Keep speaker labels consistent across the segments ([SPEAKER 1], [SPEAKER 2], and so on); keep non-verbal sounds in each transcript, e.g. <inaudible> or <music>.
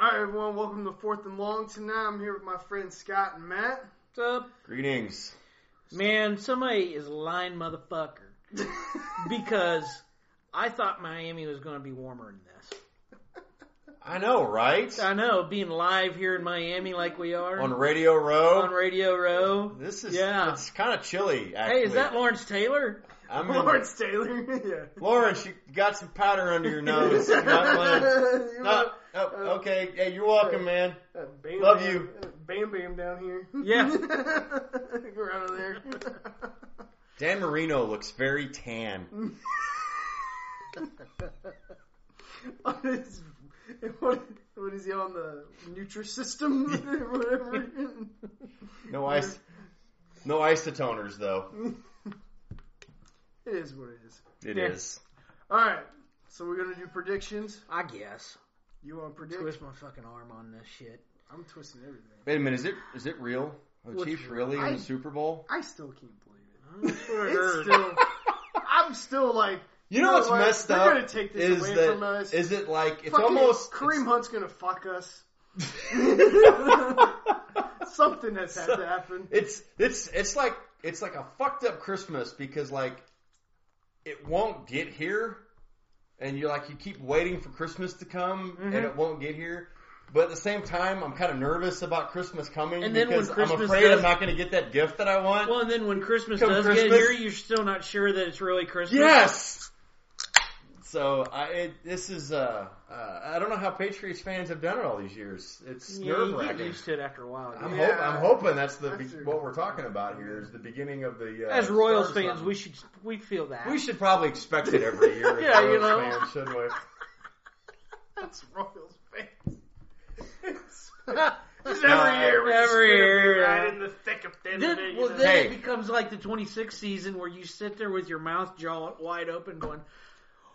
[SPEAKER 1] right, everyone, welcome to Fourth and Long. Tonight I'm here with my friends Scott and Matt.
[SPEAKER 2] <laughs>
[SPEAKER 3] What's up?
[SPEAKER 2] Greetings.
[SPEAKER 3] Man, somebody is a lying motherfucker. Because I thought Miami was going to be warmer than this.
[SPEAKER 2] I know, right?
[SPEAKER 3] I know, being live here in Miami like we are
[SPEAKER 2] On Radio
[SPEAKER 3] on
[SPEAKER 2] Row.
[SPEAKER 3] Radio Row.
[SPEAKER 2] This is
[SPEAKER 3] Yeah.
[SPEAKER 2] it's kind of chilly. Actually,
[SPEAKER 3] Hey, is that Lawrence Taylor?
[SPEAKER 2] I'm in-
[SPEAKER 1] <laughs> Lawrence Taylor. <laughs>
[SPEAKER 2] Lawrence, you got some powder under
[SPEAKER 1] yeah. <laughs>
[SPEAKER 2] your nose. You're not playing.
[SPEAKER 1] You
[SPEAKER 2] No,
[SPEAKER 1] want-
[SPEAKER 2] oh, okay. Hey, you're welcome, man.
[SPEAKER 1] uh, bam,
[SPEAKER 2] Love
[SPEAKER 1] bam,
[SPEAKER 2] you.
[SPEAKER 1] uh, Bam Bam down here. <laughs>
[SPEAKER 3] Yeah.
[SPEAKER 1] Go out of there. <laughs>
[SPEAKER 2] Dan Marino looks very tan.
[SPEAKER 1] what, is, what, what is he on the Nutrisystem? <laughs> Whatever.
[SPEAKER 2] No ice. No isotoners though.
[SPEAKER 1] It is what it is.
[SPEAKER 2] It is.
[SPEAKER 3] Yeah.
[SPEAKER 1] All right, so we're gonna do predictions.
[SPEAKER 3] I guess.
[SPEAKER 1] You want to predict?
[SPEAKER 3] Twist my fucking arm on this shit.
[SPEAKER 1] I'm twisting everything.
[SPEAKER 2] Wait a minute. Is it is it real? Are the
[SPEAKER 3] What's
[SPEAKER 2] Chiefs
[SPEAKER 3] real?
[SPEAKER 2] really in
[SPEAKER 1] I-
[SPEAKER 2] the Super Bowl?
[SPEAKER 1] I still can't believe it.
[SPEAKER 3] That's
[SPEAKER 2] <laughs>
[SPEAKER 3] what
[SPEAKER 1] <laughs>
[SPEAKER 3] I
[SPEAKER 1] It's
[SPEAKER 3] heard.
[SPEAKER 1] still, I'm still like,
[SPEAKER 2] You know
[SPEAKER 1] No,
[SPEAKER 2] what's
[SPEAKER 1] like,
[SPEAKER 2] messed
[SPEAKER 1] they're
[SPEAKER 2] up
[SPEAKER 1] gonna take this
[SPEAKER 2] is
[SPEAKER 1] away
[SPEAKER 2] that
[SPEAKER 1] from us.
[SPEAKER 2] is it like it's
[SPEAKER 1] fucking
[SPEAKER 2] almost
[SPEAKER 1] Kareem Hunt's gonna fuck
[SPEAKER 3] <laughs>
[SPEAKER 1] us.
[SPEAKER 2] it's-
[SPEAKER 1] Something has had to happen.
[SPEAKER 2] <laughs> It's it's it's like it's like a fucked up Christmas because like it won't get here, and you're like you keep waiting for Christmas to come
[SPEAKER 3] Mm-hmm.
[SPEAKER 2] and it won't get here. But at the same time, I'm kind of nervous about Christmas coming
[SPEAKER 3] And then when
[SPEAKER 2] because I'm
[SPEAKER 3] Christmas
[SPEAKER 2] afraid
[SPEAKER 3] does-
[SPEAKER 2] I'm not going to get that gift that I want.
[SPEAKER 3] Well, and then when Christmas
[SPEAKER 2] Come
[SPEAKER 3] does get
[SPEAKER 2] Christmas.
[SPEAKER 3] here, you're still not sure that it's really Christmas.
[SPEAKER 2] yes. So I it, this is uh, uh I don't know how Patriots fans have done it all these years. It's
[SPEAKER 3] Yeah,
[SPEAKER 2] nerve
[SPEAKER 3] you get
[SPEAKER 2] wracking.
[SPEAKER 3] used to it after a while.
[SPEAKER 2] I'm,
[SPEAKER 3] yeah.
[SPEAKER 2] hope, I'm hoping that's the
[SPEAKER 1] That's true.
[SPEAKER 2] what we're talking about here is the beginning of the. Uh,
[SPEAKER 3] As Royals
[SPEAKER 2] start of
[SPEAKER 3] fans,
[SPEAKER 2] something.
[SPEAKER 3] we should we feel that.
[SPEAKER 2] We should probably expect it every <laughs> year. as
[SPEAKER 3] Yeah, you
[SPEAKER 2] Royals
[SPEAKER 3] know.
[SPEAKER 2] fans, shouldn't we?
[SPEAKER 1] That's Royals
[SPEAKER 3] <laughs>
[SPEAKER 1] fans. It's- Just every
[SPEAKER 2] No,
[SPEAKER 1] year, we're just gonna be
[SPEAKER 3] every year,
[SPEAKER 1] right
[SPEAKER 3] yeah.
[SPEAKER 1] in the thick of it.
[SPEAKER 3] Then,
[SPEAKER 1] you
[SPEAKER 3] well,
[SPEAKER 1] know?
[SPEAKER 3] then
[SPEAKER 2] Hey.
[SPEAKER 3] it becomes like the 26 season where you sit there with your mouth jaw wide open, going,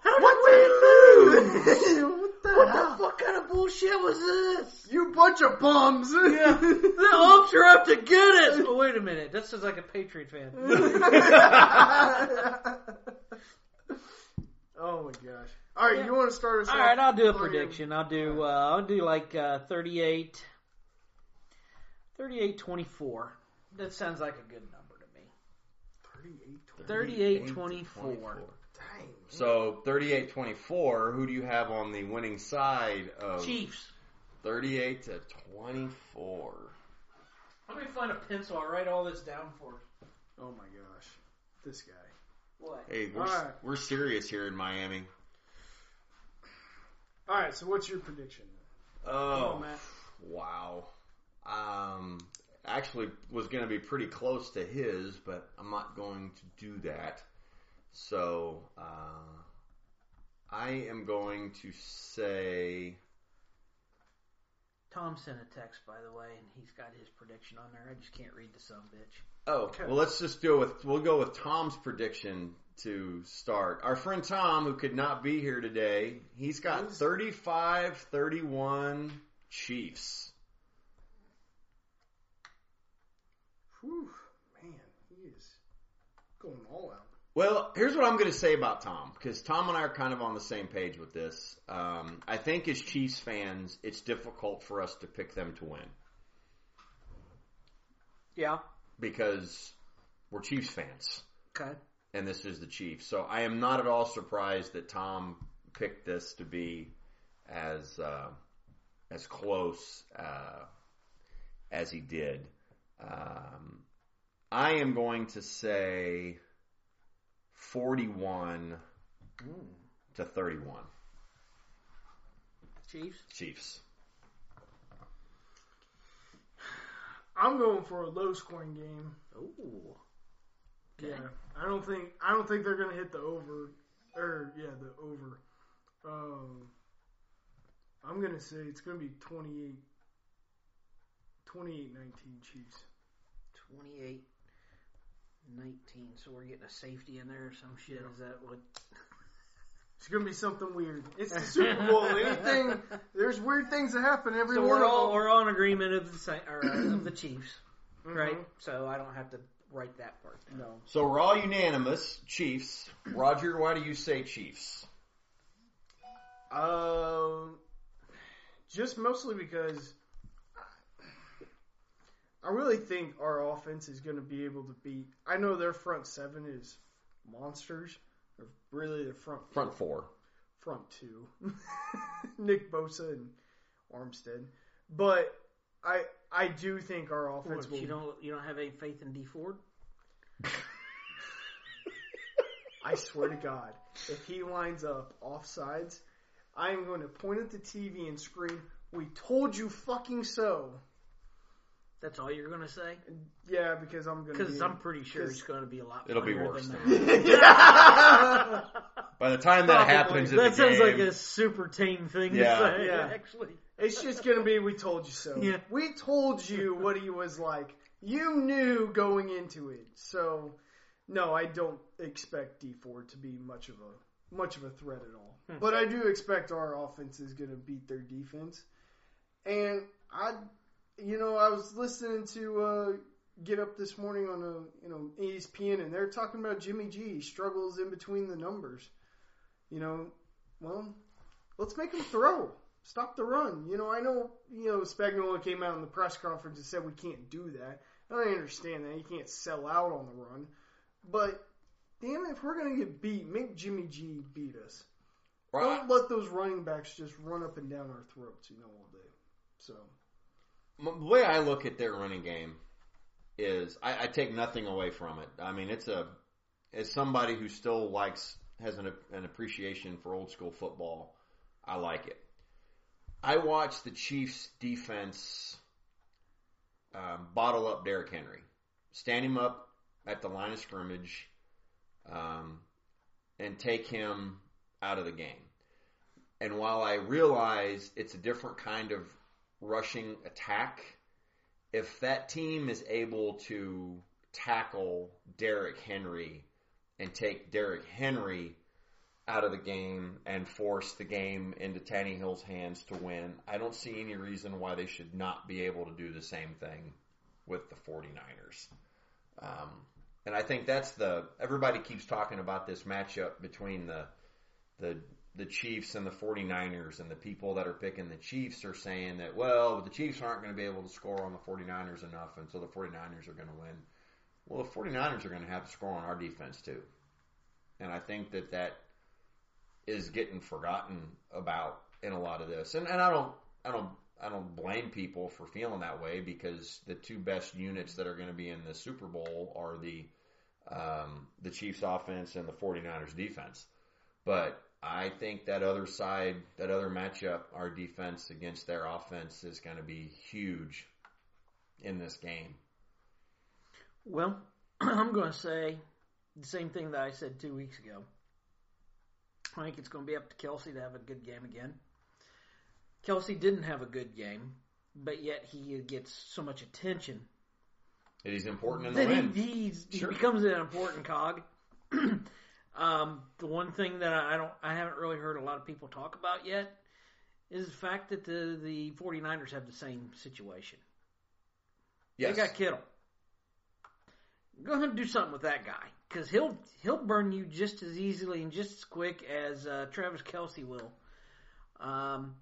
[SPEAKER 3] "How
[SPEAKER 1] What
[SPEAKER 3] did we
[SPEAKER 1] did
[SPEAKER 3] lose?
[SPEAKER 1] we lose? <laughs> What the
[SPEAKER 3] <laughs> what
[SPEAKER 1] hell?
[SPEAKER 3] the fuck kind of bullshit was this?
[SPEAKER 1] You bunch of bums. <laughs>
[SPEAKER 3] The Hawks are up to get it." Mm. Oh, wait a minute, that sounds like a Patriot fan.
[SPEAKER 1] oh my gosh. All right,
[SPEAKER 3] Yeah.
[SPEAKER 1] you want to start us
[SPEAKER 3] All
[SPEAKER 1] off?
[SPEAKER 3] right, I'll do a
[SPEAKER 1] Three and-
[SPEAKER 3] prediction. I'll do uh, I'll do like uh, 38, 38, 24. That sounds like a good number to me.
[SPEAKER 1] 38
[SPEAKER 3] 38, 24.
[SPEAKER 2] 24.
[SPEAKER 1] Dang.
[SPEAKER 2] So 38 24, who do you have on the winning side of
[SPEAKER 3] Chiefs.
[SPEAKER 2] 38 to 24?
[SPEAKER 3] Let me find a pencil. I'll write all this down for us.
[SPEAKER 1] Oh my gosh. This guy.
[SPEAKER 3] What?
[SPEAKER 2] Hey, we're,
[SPEAKER 1] Alright.
[SPEAKER 2] we're serious here in Miami.
[SPEAKER 1] All right, so what's your prediction?
[SPEAKER 2] Oh,
[SPEAKER 1] on, Matt.
[SPEAKER 2] wow. Um, actually, was going to be pretty close to his, but I'm not going to do that. So, uh, I am going to say.
[SPEAKER 3] Tom sent a text, by the way, and he's got his prediction on there. I just can't read the son of a bitch.
[SPEAKER 2] Oh,
[SPEAKER 1] Okay.
[SPEAKER 2] well, let's just go with we'll go with Tom's prediction to start. Our friend Tom, who could not be here today, he's got
[SPEAKER 1] Who's-
[SPEAKER 2] 35-31 Chiefs.
[SPEAKER 1] Whew, man, he is going all out.
[SPEAKER 2] Well, here's what I'm going to say about Tom because Tom and I are kind of on the same page with this. Um, I think as Chiefs fans, it's difficult for us to pick them to win
[SPEAKER 3] Yeah.
[SPEAKER 2] because we're Chiefs fans.
[SPEAKER 3] Okay.
[SPEAKER 2] and this is the Chiefs. So I am not at all surprised that Tom picked this to be as uh, as close uh, as he did. Um, I am going to say forty-one
[SPEAKER 1] Hmm.
[SPEAKER 2] to thirty-one
[SPEAKER 3] Chiefs.
[SPEAKER 2] Chiefs.
[SPEAKER 1] I'm going for a low scoring game.
[SPEAKER 3] Ooh.
[SPEAKER 1] Yeah, I don't think I don't think they're gonna hit the over, or yeah, the over. Um, I'm gonna say it's gonna be 28, 28 19 Chiefs.
[SPEAKER 3] 28 19. So we're getting a safety in there or some shit. Is that what?
[SPEAKER 1] It's gonna be something weird. It's the Super
[SPEAKER 3] <laughs>
[SPEAKER 1] Bowl. Anything there's weird things that happen every.
[SPEAKER 3] So
[SPEAKER 1] one
[SPEAKER 3] we're
[SPEAKER 1] of
[SPEAKER 3] all
[SPEAKER 1] them.
[SPEAKER 3] we're all in agreement of the sa- or, uh, of the Chiefs,
[SPEAKER 1] Mhm.
[SPEAKER 3] right? So I don't have to write that part. Down.
[SPEAKER 1] No.
[SPEAKER 2] So we're all unanimous Chiefs. Roger, why do you say Chiefs?
[SPEAKER 1] Um, just mostly because I really think our offense is going to be able to beat. I know their front seven is monsters. Or really, the front
[SPEAKER 2] Front four.
[SPEAKER 1] front two, <laughs> Nick Bosa and Armstead. But I I do think our offense
[SPEAKER 3] Look,
[SPEAKER 1] will.
[SPEAKER 3] you don't you don't have any faith in D Ford?
[SPEAKER 1] I swear to God, if he lines up offsides, I am going to point at the TV and scream, "We told you fucking so!"
[SPEAKER 3] That's all you're going to say?
[SPEAKER 1] Yeah, because I'm going to.
[SPEAKER 3] Because
[SPEAKER 1] be-
[SPEAKER 3] I'm pretty sure it's
[SPEAKER 1] 'cause-
[SPEAKER 3] going to be a lot.
[SPEAKER 2] It'll be
[SPEAKER 3] funnier
[SPEAKER 2] worse
[SPEAKER 3] than
[SPEAKER 2] than <laughs>
[SPEAKER 3] that.
[SPEAKER 1] <laughs> yeah.
[SPEAKER 3] <laughs>
[SPEAKER 2] By the time that
[SPEAKER 1] Probably.
[SPEAKER 2] happens, in
[SPEAKER 3] that
[SPEAKER 2] the
[SPEAKER 3] sounds
[SPEAKER 2] game,
[SPEAKER 3] like a super team thing
[SPEAKER 2] Yeah.
[SPEAKER 3] to say.
[SPEAKER 1] Yeah.
[SPEAKER 3] Actually,
[SPEAKER 1] It's just gonna be we told you so.
[SPEAKER 3] Yeah.
[SPEAKER 1] We told you what he was like. You knew going into it. So no, I don't expect D four to be much of a much of a threat at all.
[SPEAKER 3] Hmm.
[SPEAKER 1] But I do expect our offense is gonna beat their defense. And I you know, I was listening to uh Get up this morning on a you know E ESPN and they're talking about Jimmy G struggles in between the numbers. You know, well, let's make him throw stop the run. You know, I know, you know, Spagnuolo came out in the press conference and said we can't do that. And I understand that. You can't sell out on the run. But, damn it, if we're going to get beat, make Jimmy G beat us.
[SPEAKER 2] Well,
[SPEAKER 1] Don't let those running backs just run up and down our throats, you know, all day. So,
[SPEAKER 2] the way I look at their running game is I, I take nothing away from it. I mean, it's a as somebody who still likes has an, an appreciation for old school football, I like it. I watched the Chiefs defense um, bottle up Derrick Henry, stand him up at the line of scrimmage, um, and take him out of the game. And while I realize it's a different kind of rushing attack, if that team is able to tackle Derrick Henry and take Derrick Henry out of the game and force the game into Tannehill's hands to win, I don't see any reason why they should not be able to do the same thing with the 49ers. Um, and I think that's the everybody keeps talking about this matchup between the the the Chiefs and the 49ers and the people that are picking the Chiefs are saying that well but the Chiefs aren't going to be able to score on the 49ers enough and so the 49ers are going to win. Well, the 49ers are going to have to score on our defense too. And I think that that is getting forgotten about in a lot of this. And and I don't I don't I don't blame people for feeling that way because the two best units that are going to be in the Super Bowl are the um, the Chiefs offense and the 49ers defense. But I think that other side, that other matchup, our defense against their offense is going to be huge in this game.
[SPEAKER 3] well, <clears throat> I'm going to say the same thing that I said two weeks ago. I think it's going to be up to Kelsey to have a good game again. Kelsey didn't have a good game, but yet he gets so much attention
[SPEAKER 2] It is important in the
[SPEAKER 3] then
[SPEAKER 2] win.
[SPEAKER 3] he, he's, he
[SPEAKER 2] Sure.
[SPEAKER 3] becomes an important cog. <clears throat> um, the one thing that I don't, I haven't really heard a lot of people talk about yet is the fact that the, the 49ers have the same situation.
[SPEAKER 2] yes.
[SPEAKER 3] They got Kittle. Go ahead and do something with that guy because he'll he'll burn you just as easily and just as quick as uh, Travis Kelsey will. Um,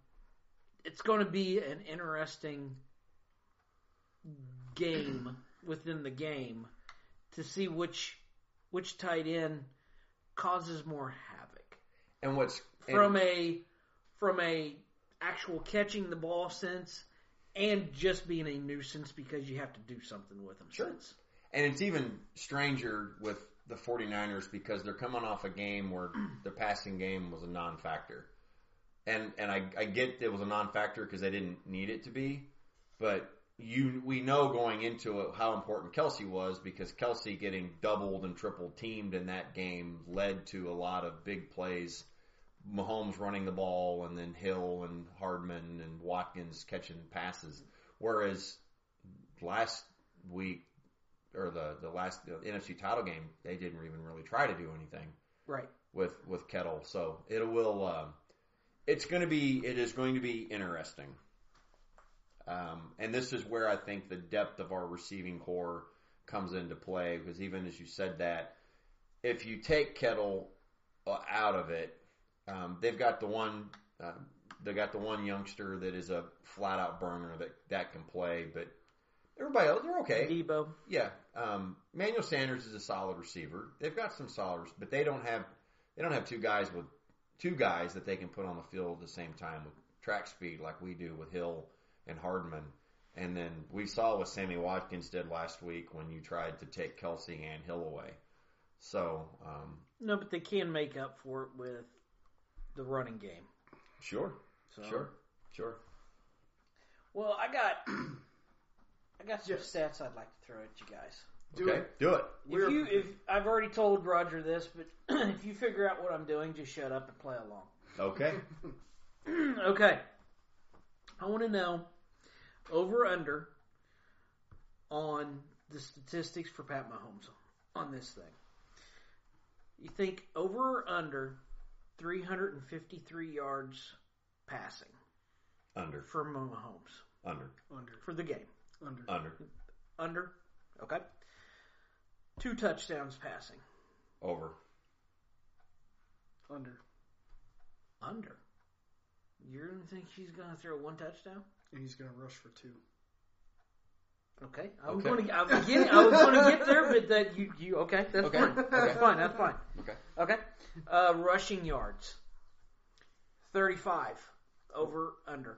[SPEAKER 3] it's going to be an interesting game within the game to see which which tight end causes more havoc
[SPEAKER 2] and what's
[SPEAKER 3] from a from a actual catching the ball sense and just being a nuisance because you have to do something with them
[SPEAKER 2] Sure.
[SPEAKER 3] sense.
[SPEAKER 2] And it's even stranger with the 49ers because they're coming off a game where <clears throat> the passing game was a non-factor. And and I, I get it was a non-factor because they didn't need it to be, but you we know going into it how important Kelsey was because Kelsey getting doubled and triple teamed in that game led to a lot of big plays. Mahomes running the ball and then Hill and Hardman and Watkins catching passes. Whereas last week or the the last the NFC title game, they didn't even really try to do anything
[SPEAKER 3] Right.
[SPEAKER 2] with with Kettle. So it will. Um, it's going to be. It is going to be interesting. Um, and this is where I think the depth of our receiving core comes into play because even as you said that, if you take Kettle uh, out of it, um, they've got the one uh, They got the one youngster that is a flat out burner that that can play, but everybody else they're okay.
[SPEAKER 3] Debo.
[SPEAKER 2] Yeah, um, Manuel Sanders is a solid receiver. They've got some solids, but they don't have they don't have two guys with two guys that they can put on the field at the same time with track speed like we do with Hill and Hardman. And then we saw what Sammy Watkins did last week when you tried to take Kelsey and Hill away. So um,
[SPEAKER 3] No, but they can make up for it with the running game.
[SPEAKER 2] sure,
[SPEAKER 3] So.
[SPEAKER 2] sure, sure.
[SPEAKER 3] Well, I got <clears throat> I got some
[SPEAKER 1] Yes.
[SPEAKER 3] stats I'd like to throw at you guys.
[SPEAKER 1] Do
[SPEAKER 2] okay, do it.
[SPEAKER 1] We're-
[SPEAKER 3] If you if I've already told Roger this, but <clears throat> if you figure out what I'm doing, just shut up and play along.
[SPEAKER 2] Okay. <laughs>
[SPEAKER 3] <clears throat> okay. I want to know over or under on the statistics for Pat Mahomes on this thing. You think over or under 353 yards passing
[SPEAKER 2] Under,
[SPEAKER 3] for Mahomes
[SPEAKER 2] under,
[SPEAKER 1] <laughs> Under.
[SPEAKER 3] for the game?
[SPEAKER 1] Under.
[SPEAKER 2] under,
[SPEAKER 3] Under. Okay. Two touchdowns passing.
[SPEAKER 2] over.
[SPEAKER 1] Under.
[SPEAKER 3] Under. You are gonna think she's going to throw one touchdown?
[SPEAKER 1] And he's going to rush for two.
[SPEAKER 3] Okay, I was
[SPEAKER 2] Okay.
[SPEAKER 3] going to I was getting, I was going to get there, but that you, you okay? That's
[SPEAKER 2] Okay,
[SPEAKER 3] fine. That's
[SPEAKER 2] okay.
[SPEAKER 3] fine. That's fine.
[SPEAKER 2] Okay.
[SPEAKER 3] Okay. Uh, rushing yards, thirty-five. Over, under,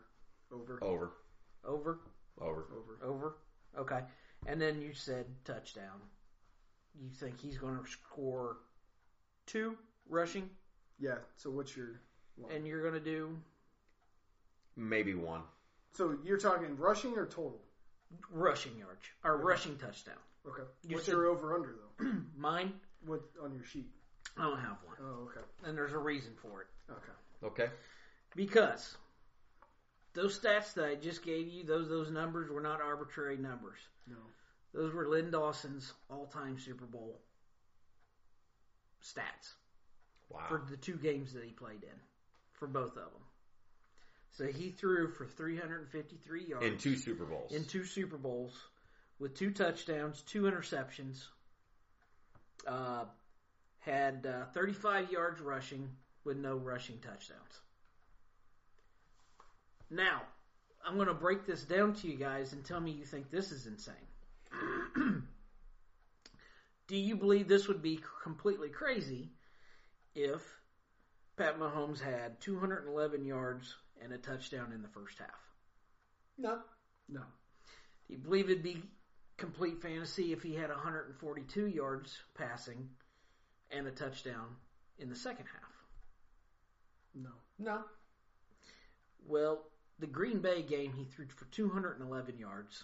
[SPEAKER 1] Over.
[SPEAKER 2] Over,
[SPEAKER 3] over,
[SPEAKER 2] over.
[SPEAKER 1] Over.
[SPEAKER 3] over. Okay. And then you said touchdown. You think he's going to score two rushing,
[SPEAKER 1] Yeah. So what's your.
[SPEAKER 3] and you're going to do
[SPEAKER 2] Maybe one.
[SPEAKER 1] So you're talking rushing or total?
[SPEAKER 3] rushing yards or rushing touchdown? <clears throat>
[SPEAKER 1] Okay.
[SPEAKER 3] You
[SPEAKER 1] what's
[SPEAKER 3] said-
[SPEAKER 1] your over under, though?
[SPEAKER 3] Mine,
[SPEAKER 1] What on your sheet?
[SPEAKER 3] I don't have one,
[SPEAKER 1] Oh, okay.
[SPEAKER 3] and there's a reason for it.
[SPEAKER 1] Okay.
[SPEAKER 2] Okay.
[SPEAKER 3] Because those stats that I just gave you, those those numbers were not arbitrary numbers.
[SPEAKER 1] No.
[SPEAKER 3] Those were Lynn Dawson's all-time Super Bowl stats
[SPEAKER 2] Wow.
[SPEAKER 3] for the two games that he played in, for both of them. So he threw for 353 yards
[SPEAKER 2] In two Super Bowls.
[SPEAKER 3] in two Super Bowls with two touchdowns, two interceptions. Uh, had uh, 35 yards rushing with no rushing touchdowns. Now, I'm going to break this down to you guys and tell me you think this is insane. <clears throat> Do you believe this would be completely crazy if Pat Mahomes had 211 yards and a touchdown in the first half?
[SPEAKER 2] no.
[SPEAKER 1] No.
[SPEAKER 3] Do you believe it'd be complete fantasy if he had 142 yards passing and a touchdown in the second half?
[SPEAKER 1] No.
[SPEAKER 2] No.
[SPEAKER 3] Well, the Green Bay game, he threw for 211 yards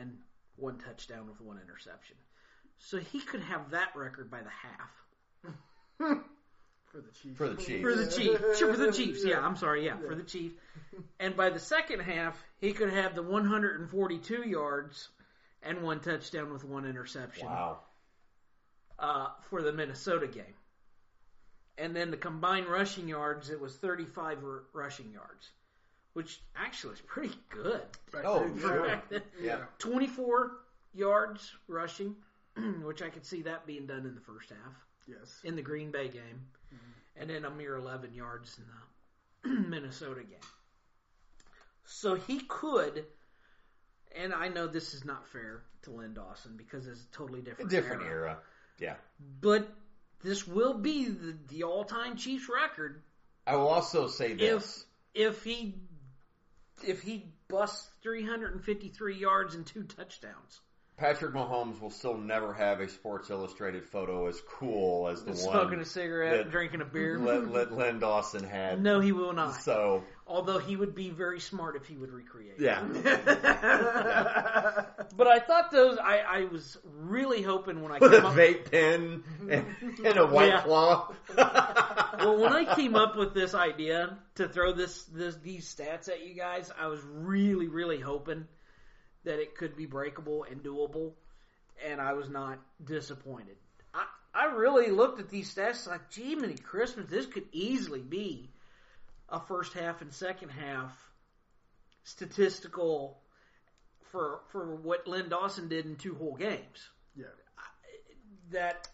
[SPEAKER 3] and one touchdown with one interception. So he could have that record by the half.
[SPEAKER 1] For the Chiefs.
[SPEAKER 2] For the Chiefs.
[SPEAKER 3] For the Chiefs. For the Chiefs, yeah, I'm sorry, yeah, for the Chiefs. And by the second half, he could have the 142 yards and one touchdown with one interception.
[SPEAKER 2] Wow.
[SPEAKER 3] uh, for the Minnesota game. And then the combined rushing yards, it was 35 r- rushing yards, which actually is pretty good.
[SPEAKER 1] Back
[SPEAKER 2] Oh,
[SPEAKER 1] then,
[SPEAKER 2] sure.
[SPEAKER 1] yeah.
[SPEAKER 3] <laughs>
[SPEAKER 2] Yeah.
[SPEAKER 3] 24 yards rushing, <clears throat> which I could see that being done in the first half
[SPEAKER 1] Yes.
[SPEAKER 3] in the Green Bay game,
[SPEAKER 2] Mm-hmm.
[SPEAKER 3] and then a mere 11 yards in the <clears throat> Minnesota game. So he could, and I know this is not fair to Lynn Dawson because it's a totally
[SPEAKER 2] A
[SPEAKER 3] different,
[SPEAKER 2] different era. Yeah.
[SPEAKER 3] but this will be the, the all-time Chiefs record
[SPEAKER 2] I will also say this.
[SPEAKER 3] if he if he busts 353 yards and two touchdowns.
[SPEAKER 2] Patrick Mahomes will still never have a Sports Illustrated photo as cool as the
[SPEAKER 3] Smoking
[SPEAKER 2] one
[SPEAKER 3] a cigarette,
[SPEAKER 2] that-
[SPEAKER 3] drinking a
[SPEAKER 2] <laughs>
[SPEAKER 3] beer.
[SPEAKER 2] Lynn, Lynn Dawson
[SPEAKER 3] <laughs>
[SPEAKER 2] had.
[SPEAKER 3] no, he will not.
[SPEAKER 2] So
[SPEAKER 3] Although he would be very smart if he would recreate.
[SPEAKER 2] yeah,
[SPEAKER 3] <laughs> But I thought those. I, I was really hoping when I
[SPEAKER 2] <laughs> <laughs> with a
[SPEAKER 3] came up,
[SPEAKER 2] vape pen and, and a white
[SPEAKER 3] Yeah.
[SPEAKER 2] claw.
[SPEAKER 3] <laughs> well, when I came up with this idea to throw this, this these stats at you guys, I was really, really hoping that it could be breakable and doable, and I was not disappointed. I I really looked at these stats like, gee, many Christmas, this could easily be a first half and second half statistical for for what Lynn Dawson did in two whole games
[SPEAKER 1] Yeah.
[SPEAKER 3] that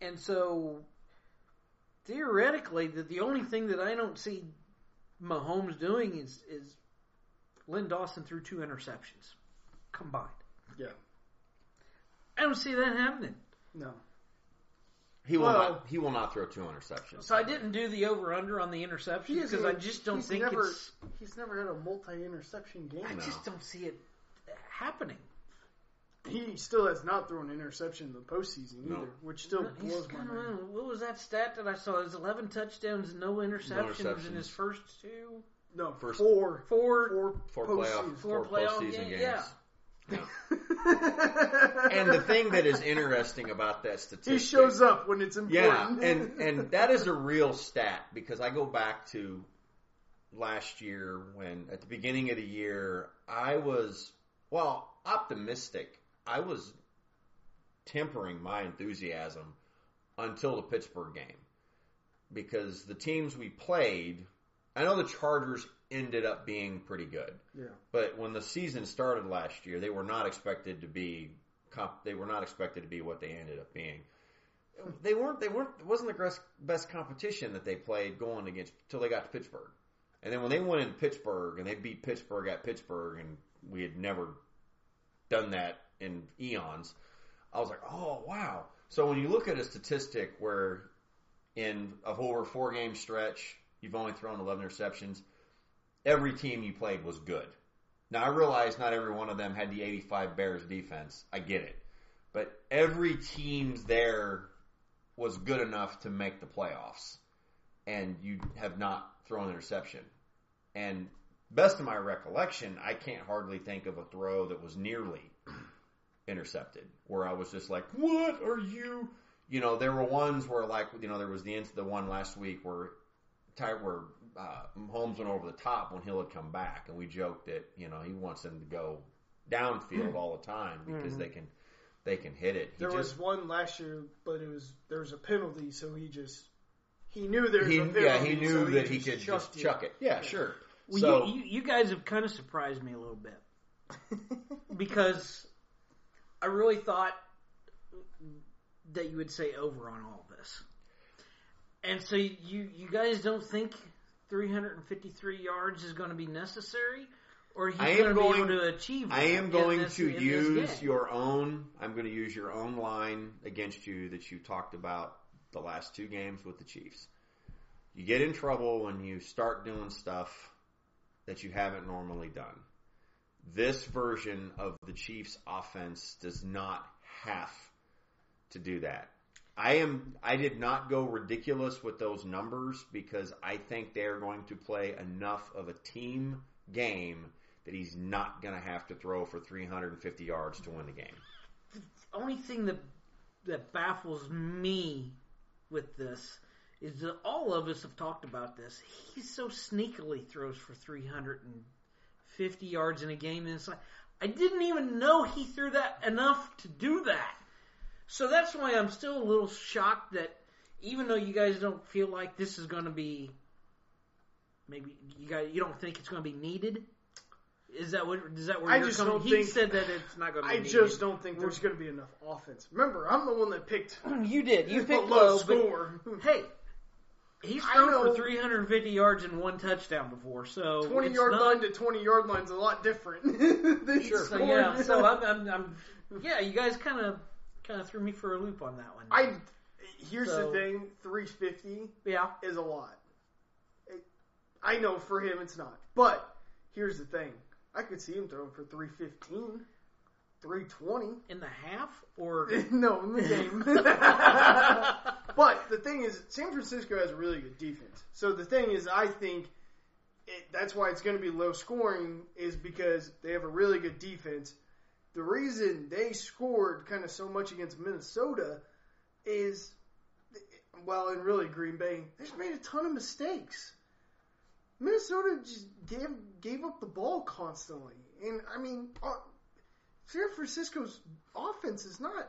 [SPEAKER 3] and so theoretically the, the only thing that i don't see Mahomes doing is is Lynn Dawson threw two interceptions combined.
[SPEAKER 1] Yeah.
[SPEAKER 3] I don't see that happening.
[SPEAKER 1] No.
[SPEAKER 2] He will
[SPEAKER 1] Well-
[SPEAKER 2] not. He will not throw two interceptions.
[SPEAKER 3] So I didn't do the over under on the interception
[SPEAKER 1] He is
[SPEAKER 3] because
[SPEAKER 1] a-
[SPEAKER 3] I just don't
[SPEAKER 1] he's
[SPEAKER 3] think
[SPEAKER 1] never-
[SPEAKER 3] it's.
[SPEAKER 1] He's never had a multi interception game.
[SPEAKER 3] I
[SPEAKER 2] No.
[SPEAKER 3] just don't see it happening.
[SPEAKER 1] He still has not thrown an interception in the postseason
[SPEAKER 2] No.
[SPEAKER 1] either, which still
[SPEAKER 3] He's
[SPEAKER 1] blows my
[SPEAKER 3] kinda-
[SPEAKER 1] mind.
[SPEAKER 3] what was that stat that I saw? It was 11 touchdowns, no interceptions in
[SPEAKER 2] interceptions.
[SPEAKER 3] his first two,
[SPEAKER 1] No,
[SPEAKER 2] First-
[SPEAKER 1] four,
[SPEAKER 3] four.
[SPEAKER 1] four,
[SPEAKER 2] Four
[SPEAKER 1] postseason.
[SPEAKER 2] playoff,
[SPEAKER 3] Four
[SPEAKER 2] four,
[SPEAKER 3] playoff
[SPEAKER 2] postseason
[SPEAKER 3] game-
[SPEAKER 2] games.
[SPEAKER 3] yeah.
[SPEAKER 1] <laughs>
[SPEAKER 2] Yeah. And the thing that is interesting
[SPEAKER 3] <laughs>
[SPEAKER 2] about that statistic,
[SPEAKER 1] he shows up when it's
[SPEAKER 2] Yeah,
[SPEAKER 1] important. <laughs>
[SPEAKER 2] and and that is a real stat because I go back to last year when at the beginning of the year I was well optimistic. I was tempering my enthusiasm until the Pittsburgh game because the teams we played, I know the Chargers ended up being pretty good.
[SPEAKER 1] Yeah.
[SPEAKER 2] But when the season started last year, they were not expected to be comp- they were not expected to be what they ended up being. They weren't they weren't it wasn't the gres- best competition that they played going against till they got to Pittsburgh. And then when they went in Pittsburgh and they beat Pittsburgh at Pittsburgh and we had never done that in eons, I was like, "Oh, wow." So when you look at a statistic where in a over four game stretch, you've only thrown 11 interceptions. Every team you played was good. Now I realize not every one of them had the 85 Bears defense. I get it. But every team there was good enough to make the playoffs and you have not thrown an interception. And best of my recollection, I can't hardly think of a throw that was nearly intercepted where I was just like, "What are you you know, there were ones where like, you know, there was the the one last week where Ty, where uh, Holmes went over the top when Hill had come back, and we joked that you know he wants them to go downfield all the time because they can they can hit it. He
[SPEAKER 1] There was
[SPEAKER 2] just
[SPEAKER 1] one last year, but it was there was a penalty, so he just he knew there was
[SPEAKER 2] he,
[SPEAKER 1] a penalty.
[SPEAKER 2] yeah he
[SPEAKER 1] so
[SPEAKER 2] knew that he
[SPEAKER 1] just
[SPEAKER 2] could
[SPEAKER 1] chucked
[SPEAKER 2] just chuck it. Yeah, sure.
[SPEAKER 3] Well,
[SPEAKER 2] so
[SPEAKER 3] you, you, you guys have kind of surprised me a little bit
[SPEAKER 2] <laughs>
[SPEAKER 3] because I really thought that you would say over on all this. And so you you guys don't think 353 yards is going to be necessary, or he's
[SPEAKER 2] I
[SPEAKER 3] going to
[SPEAKER 2] am
[SPEAKER 3] be able
[SPEAKER 2] going-
[SPEAKER 3] to achieve?
[SPEAKER 2] I
[SPEAKER 3] that
[SPEAKER 2] am
[SPEAKER 3] in
[SPEAKER 2] going
[SPEAKER 3] this-
[SPEAKER 2] to
[SPEAKER 3] in this
[SPEAKER 2] use
[SPEAKER 3] game?
[SPEAKER 2] your own. I'm going to use your own line against you that you talked about the last two games with the Chiefs. You get in trouble when you start doing stuff that you haven't normally done. This version of the Chiefs offense does not have to do that. I am I did not go ridiculous with those numbers because I think they're going to play enough of a team game that he's not going to have to throw for 350 yards to win the game.
[SPEAKER 3] only thing that that baffles me with this is that all of us have talked about this. He so sneakily throws for 350 yards in a game, and it's like I didn't even know he threw that enough to do that. So that's why I'm still a little shocked that even though you guys don't feel like this is going to be maybe you guys you don't think it's going to be needed. Is that what? Is that where
[SPEAKER 1] I
[SPEAKER 3] you're
[SPEAKER 1] just
[SPEAKER 3] coming?
[SPEAKER 1] don't
[SPEAKER 3] he
[SPEAKER 1] think-
[SPEAKER 3] said that it's not going to. be
[SPEAKER 1] I
[SPEAKER 3] needed.
[SPEAKER 1] just don't think there's going to be enough offense. Remember, I'm the one that picked <clears throat>
[SPEAKER 3] You did. You
[SPEAKER 1] the
[SPEAKER 3] picked
[SPEAKER 1] low
[SPEAKER 3] low. But
[SPEAKER 1] score.
[SPEAKER 3] hey, he's
[SPEAKER 1] I
[SPEAKER 3] thrown
[SPEAKER 1] know.
[SPEAKER 3] for 350 yards and one touchdown before, so
[SPEAKER 1] 20
[SPEAKER 3] it's
[SPEAKER 1] yard
[SPEAKER 3] not-
[SPEAKER 1] line to 20 yard line is a lot different. <laughs> than
[SPEAKER 3] So
[SPEAKER 1] scoring. <laughs>
[SPEAKER 3] yeah, so I'm, I'm, I'm, yeah, you guys kind of, kind of threw me for a loop on that one.
[SPEAKER 1] I here's
[SPEAKER 3] So-
[SPEAKER 1] the thing: 350
[SPEAKER 3] yeah,
[SPEAKER 1] is a lot. It, I know for him it's not, but here's the thing: I could see him throwing for 315, 320.
[SPEAKER 3] in the half or
[SPEAKER 1] no, <laughs>
[SPEAKER 3] <laughs>
[SPEAKER 1] in the game. <laughs> but the thing is, San Francisco has a really good defense. So the thing is, I think it, that's why it's going to be low scoring is because they have a really good defense. The reason they scored kind of so much against Minnesota is, well, and really Green Bay, they just made a ton of mistakes. Minnesota just gave gave up the ball constantly, and I mean, uh, San Francisco's offense is not.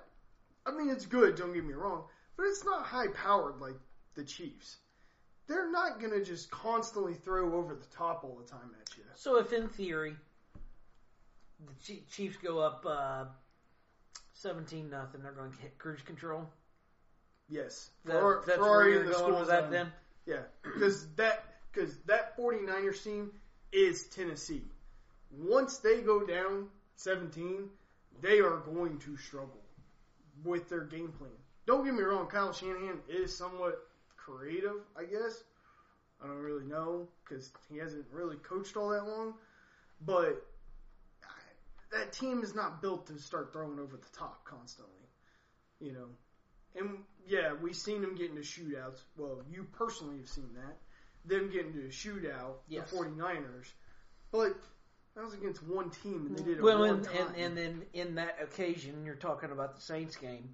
[SPEAKER 1] I mean, it's good. Don't get me wrong, but it's not high powered like the Chiefs. They're not going to just constantly throw over the top all the time at you.
[SPEAKER 3] So if in theory the Chi- Chiefs go up uh, 17 nothing, they're going to hit cruise control.
[SPEAKER 1] Yes,
[SPEAKER 3] That-
[SPEAKER 1] Ferrari,
[SPEAKER 3] that's
[SPEAKER 1] Ferrari
[SPEAKER 3] where
[SPEAKER 1] in
[SPEAKER 3] you're
[SPEAKER 1] the
[SPEAKER 3] going
[SPEAKER 1] school
[SPEAKER 3] with that then.
[SPEAKER 1] Yeah, because that because that 49ers team is Tennessee. Once they go down 17, they are going to struggle with their game plan. Don't get me wrong, Kyle Shanahan is somewhat creative, I guess. I don't really know because he hasn't really coached all that long, but I- that team is not built to start throwing over the top constantly, you know. And yeah, we've seen them get into shootouts. Well, you personally have seen that. Them get into a shootout,
[SPEAKER 3] Yes.
[SPEAKER 1] the 49ers. But that was against one team and they did it
[SPEAKER 3] Well,
[SPEAKER 1] one
[SPEAKER 3] and,
[SPEAKER 1] time.
[SPEAKER 3] and and then in that occasion, you're talking about the Saints game.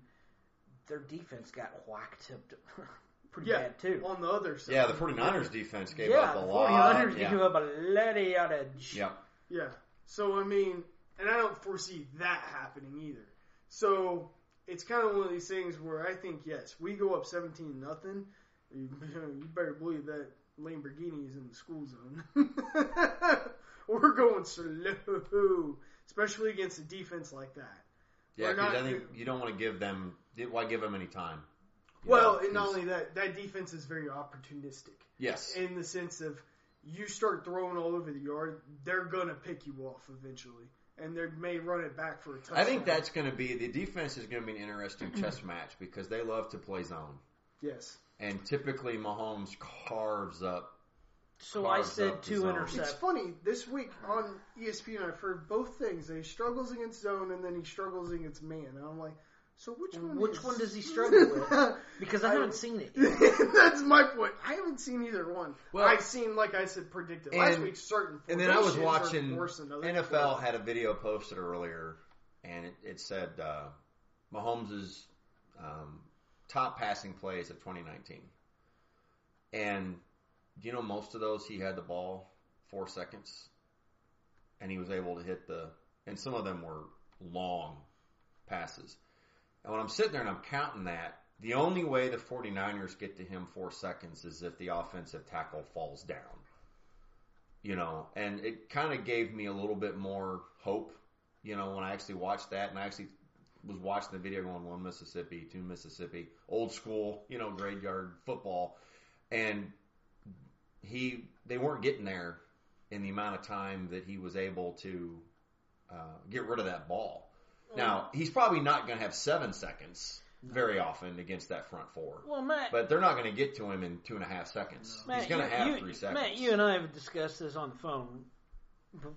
[SPEAKER 3] Their defense got whacked up to- <laughs> pretty
[SPEAKER 1] Yeah.
[SPEAKER 3] bad too.
[SPEAKER 1] on the other side.
[SPEAKER 2] Yeah, the 49ers defense gave
[SPEAKER 3] yeah,
[SPEAKER 2] up a
[SPEAKER 3] the
[SPEAKER 2] lot.
[SPEAKER 3] 49ers
[SPEAKER 2] yeah.
[SPEAKER 3] gave up a letty out of sh-
[SPEAKER 2] yeah.
[SPEAKER 1] Yeah. So I mean, and I don't foresee that happening either. So it's kind of one of these things where I think yes, we go up seventeen nothing. <laughs> You, you better believe that Lamborghini is in the school zone. <laughs> We're going slow, especially against a defense like that.
[SPEAKER 2] Yeah,
[SPEAKER 1] We're
[SPEAKER 2] because
[SPEAKER 1] not-
[SPEAKER 2] I think you don't want to give them. Why give them any time? You
[SPEAKER 1] Well,
[SPEAKER 2] know,
[SPEAKER 1] and not
[SPEAKER 2] 'cause-
[SPEAKER 1] only that, that defense is very opportunistic.
[SPEAKER 2] yes,
[SPEAKER 1] in the sense of you start throwing all over the yard, they're gonna pick you off eventually, and they may run it back for a touchdown.
[SPEAKER 2] I think that's going to be the defense is going to be an interesting chess match because they love to play zone,
[SPEAKER 1] yes,
[SPEAKER 2] and typically Mahomes carves up.
[SPEAKER 3] So I
[SPEAKER 2] Carves
[SPEAKER 3] said
[SPEAKER 2] up the
[SPEAKER 3] two
[SPEAKER 2] zone.
[SPEAKER 1] it's
[SPEAKER 3] interceptions.
[SPEAKER 1] funny this week on E ESPN. I've heard both things: that he struggles against zone, and then he struggles against man. And I'm like, so which one?
[SPEAKER 3] Which
[SPEAKER 1] is- <laughs>
[SPEAKER 3] one does he struggle with? Because I
[SPEAKER 1] I-
[SPEAKER 3] haven't
[SPEAKER 1] <laughs>
[SPEAKER 3] seen it. yet.
[SPEAKER 1] that's my point. I haven't seen either one.
[SPEAKER 2] Well-
[SPEAKER 1] I've seen, like I said, predicted last
[SPEAKER 2] And-
[SPEAKER 1] week. Certain
[SPEAKER 2] And then I was
[SPEAKER 1] formations are
[SPEAKER 2] watching
[SPEAKER 1] worse than others.
[SPEAKER 2] NFL had a video posted earlier, and it, it said uh, Mahomes' um, top passing plays of 2019, and you know most of those he had the ball four seconds, and he was able to hit the, and some of them were long passes. And when I'm sitting there and I'm counting that, the only way the 49ers get to him four seconds is if the offensive tackle falls down. You know, and it kind of gave me a little bit more hope, you know, when I actually watched that and I actually was watching the video going one Mississippi, two Mississippi, old school, you know, graveyard football. And he, they weren't getting there in the amount of time that he was able to uh, get rid of that ball.
[SPEAKER 3] Mm.
[SPEAKER 2] Now he's probably not going to have seven seconds very often against that front four,
[SPEAKER 3] Well, Matt,
[SPEAKER 2] but they're not going to get to him in two and a half seconds.
[SPEAKER 3] Matt,
[SPEAKER 2] he's going to
[SPEAKER 3] you-
[SPEAKER 2] have
[SPEAKER 3] you-
[SPEAKER 2] three seconds.
[SPEAKER 3] Matt, you and I have discussed this on the phone b-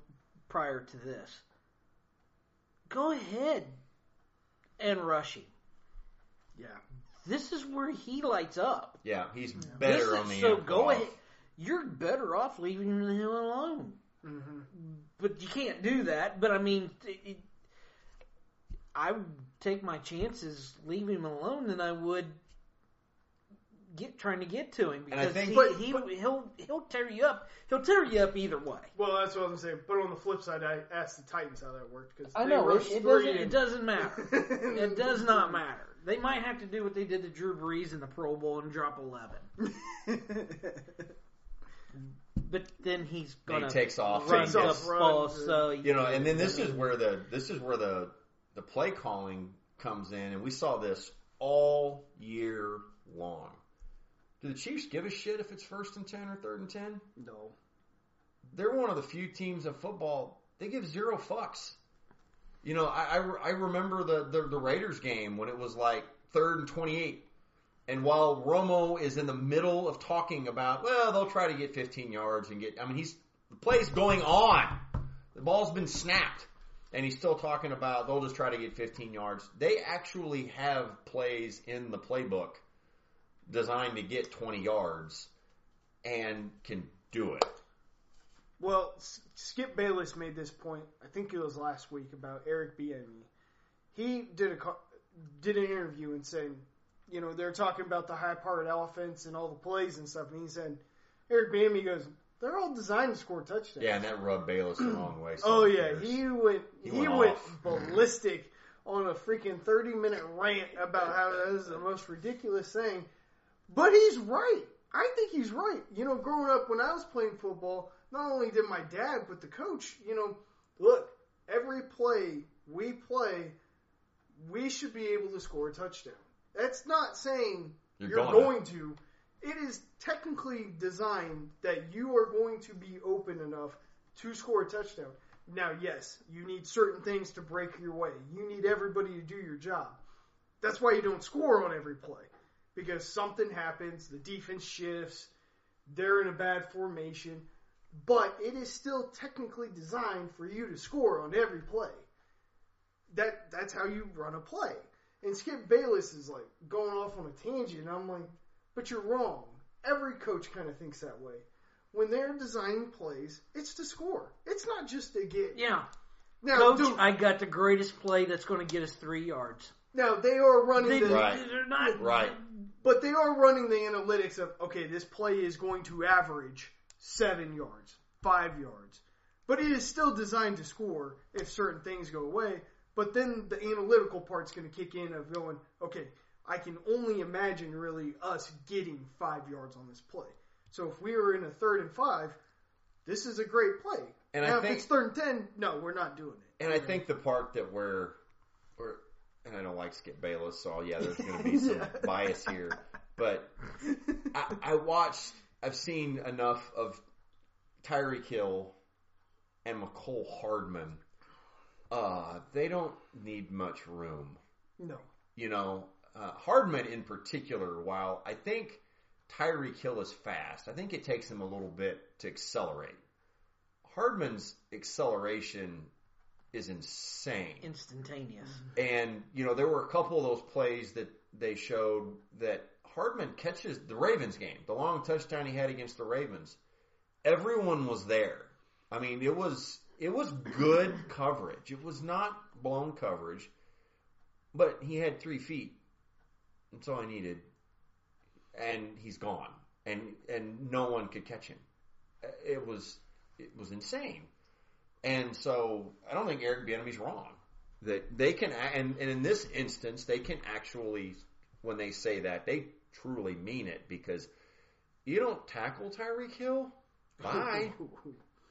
[SPEAKER 3] prior to this. Go ahead and rush him.
[SPEAKER 1] yeah,
[SPEAKER 3] This is where he lights up.
[SPEAKER 2] yeah, he's
[SPEAKER 3] This is-
[SPEAKER 2] better on the
[SPEAKER 3] so
[SPEAKER 2] end
[SPEAKER 3] go
[SPEAKER 2] off.
[SPEAKER 3] ahead. You're better off leaving him alone.
[SPEAKER 1] hmm
[SPEAKER 3] But you can't do that. But I mean, it, it, I would take my chances leaving him alone than I would get trying to get to him
[SPEAKER 2] And I
[SPEAKER 3] because
[SPEAKER 2] think-
[SPEAKER 3] he,
[SPEAKER 1] But-
[SPEAKER 3] he
[SPEAKER 1] but-
[SPEAKER 3] he'll he'll tear you up. He'll tear you up either way.
[SPEAKER 1] Well, that's what I was saying. But on the flip side, I asked the Titans how that worked because
[SPEAKER 3] I know it,
[SPEAKER 1] rushed
[SPEAKER 3] it
[SPEAKER 1] three
[SPEAKER 3] doesn't. It
[SPEAKER 1] and- <laughs>
[SPEAKER 3] doesn't matter. <laughs> it does not matter. They might have to do what they did to Drew Brees in the Pro Bowl and drop eleven, but then he's
[SPEAKER 2] And
[SPEAKER 3] gonna
[SPEAKER 2] he takes off.
[SPEAKER 3] run
[SPEAKER 1] Takes
[SPEAKER 3] the
[SPEAKER 1] off, runs,
[SPEAKER 3] ball.
[SPEAKER 1] and-
[SPEAKER 3] So
[SPEAKER 2] you know, and then this is where the this is where the the play calling comes in, and we saw this all year long. Do the Chiefs give a shit if it's first and ten or third and ten?
[SPEAKER 1] no.
[SPEAKER 2] they're one of the few teams in football they give zero fucks. You know, I I, re- I remember the, the the Raiders game when it was like third and twenty eight, and while Romo is in the middle of talking about, well, they'll try to get fifteen yards and get. I mean, he's the play's going on. The ball's been snapped, and he's still talking about they'll just try to get fifteen yards. They actually have plays in the playbook designed to get twenty yards, and can do it.
[SPEAKER 1] <laughs> Well, S- Skip Bayless made this point. I think it was last week about Eric Bieniemy. He did a co- did an interview and said, you know, they're talking about the high powered offense and all the plays and stuff, and he said, Eric Bieniemy goes, they're all designed to score touchdowns.
[SPEAKER 2] Yeah, and that rubbed Bayless the wrong way. so
[SPEAKER 1] Oh
[SPEAKER 2] who
[SPEAKER 1] yeah,
[SPEAKER 2] cares?
[SPEAKER 1] he went
[SPEAKER 2] He
[SPEAKER 1] he,
[SPEAKER 2] went
[SPEAKER 1] went,
[SPEAKER 2] off. <laughs>
[SPEAKER 1] ballistic on a freaking thirty minute rant about how that is the most ridiculous thing. But he's right. I think he's right. You know, growing up when I was playing football, not only did my dad but the coach, you know, look, every play we play, we should be able to score a touchdown. That's not saying
[SPEAKER 2] You're
[SPEAKER 1] you're,
[SPEAKER 2] going
[SPEAKER 1] going to. it is technically designed that you are going to be open enough to score a touchdown. Now, yes, you need certain things to break your way. You need everybody to do your job. That's why you don't score on every play because something happens, the defense shifts, they're in a bad formation, but it is still technically designed for you to score on every play. That that's how you run a play. And Skip Bayless is like going off on a tangent. I'm like, but you're wrong. Every coach kind of thinks that way. When they're designing plays, it's to score. It's not just to get.
[SPEAKER 3] <laughs> Yeah.
[SPEAKER 1] Now,
[SPEAKER 3] Coach,
[SPEAKER 1] do-
[SPEAKER 3] I got the greatest play that's going to get us three yards.
[SPEAKER 1] now they are running.
[SPEAKER 3] They,
[SPEAKER 1] the,
[SPEAKER 2] Right.
[SPEAKER 3] They're not
[SPEAKER 2] Right.
[SPEAKER 1] But they are running the analytics of okay, this play is going to average seven yards, five yards. But it is still designed to score if certain things go away. But then the analytical part's going to kick in of going, okay, I can only imagine really us getting five yards on this play. So if we were in a third and five, this is a great play.
[SPEAKER 2] And I
[SPEAKER 1] now if
[SPEAKER 2] think-
[SPEAKER 1] it's third and ten, no, we're not doing it.
[SPEAKER 2] And I think the part that we're, we're and I don't like Skip Bayless, so yeah, there's going to
[SPEAKER 1] <laughs>
[SPEAKER 2] be some
[SPEAKER 1] Yeah.
[SPEAKER 2] bias here. But I, I watched, I've seen enough of Tyreek Hill and McCole Hardman. Uh, they don't need much room.
[SPEAKER 1] <laughs> No.
[SPEAKER 2] You know, uh, Hardman in particular, while I think Tyreek Hill is fast, I think it takes him a little bit to accelerate. Hardman's acceleration is insane.
[SPEAKER 3] instantaneous.
[SPEAKER 2] And you know, there were a couple of those plays that they showed that Hardman catches the Ravens game, the long touchdown he had against the Ravens. Everyone was there. I mean, it was it was good coverage. It was not blown coverage, but he had three feet. That's all I needed, and he's gone, and and no one could catch him. It was it was insane, and so I don't think Eric Bieniemy's wrong that they can a- and, and in this instance they can actually when they say that they truly mean it because you don't tackle Tyreek Hill bye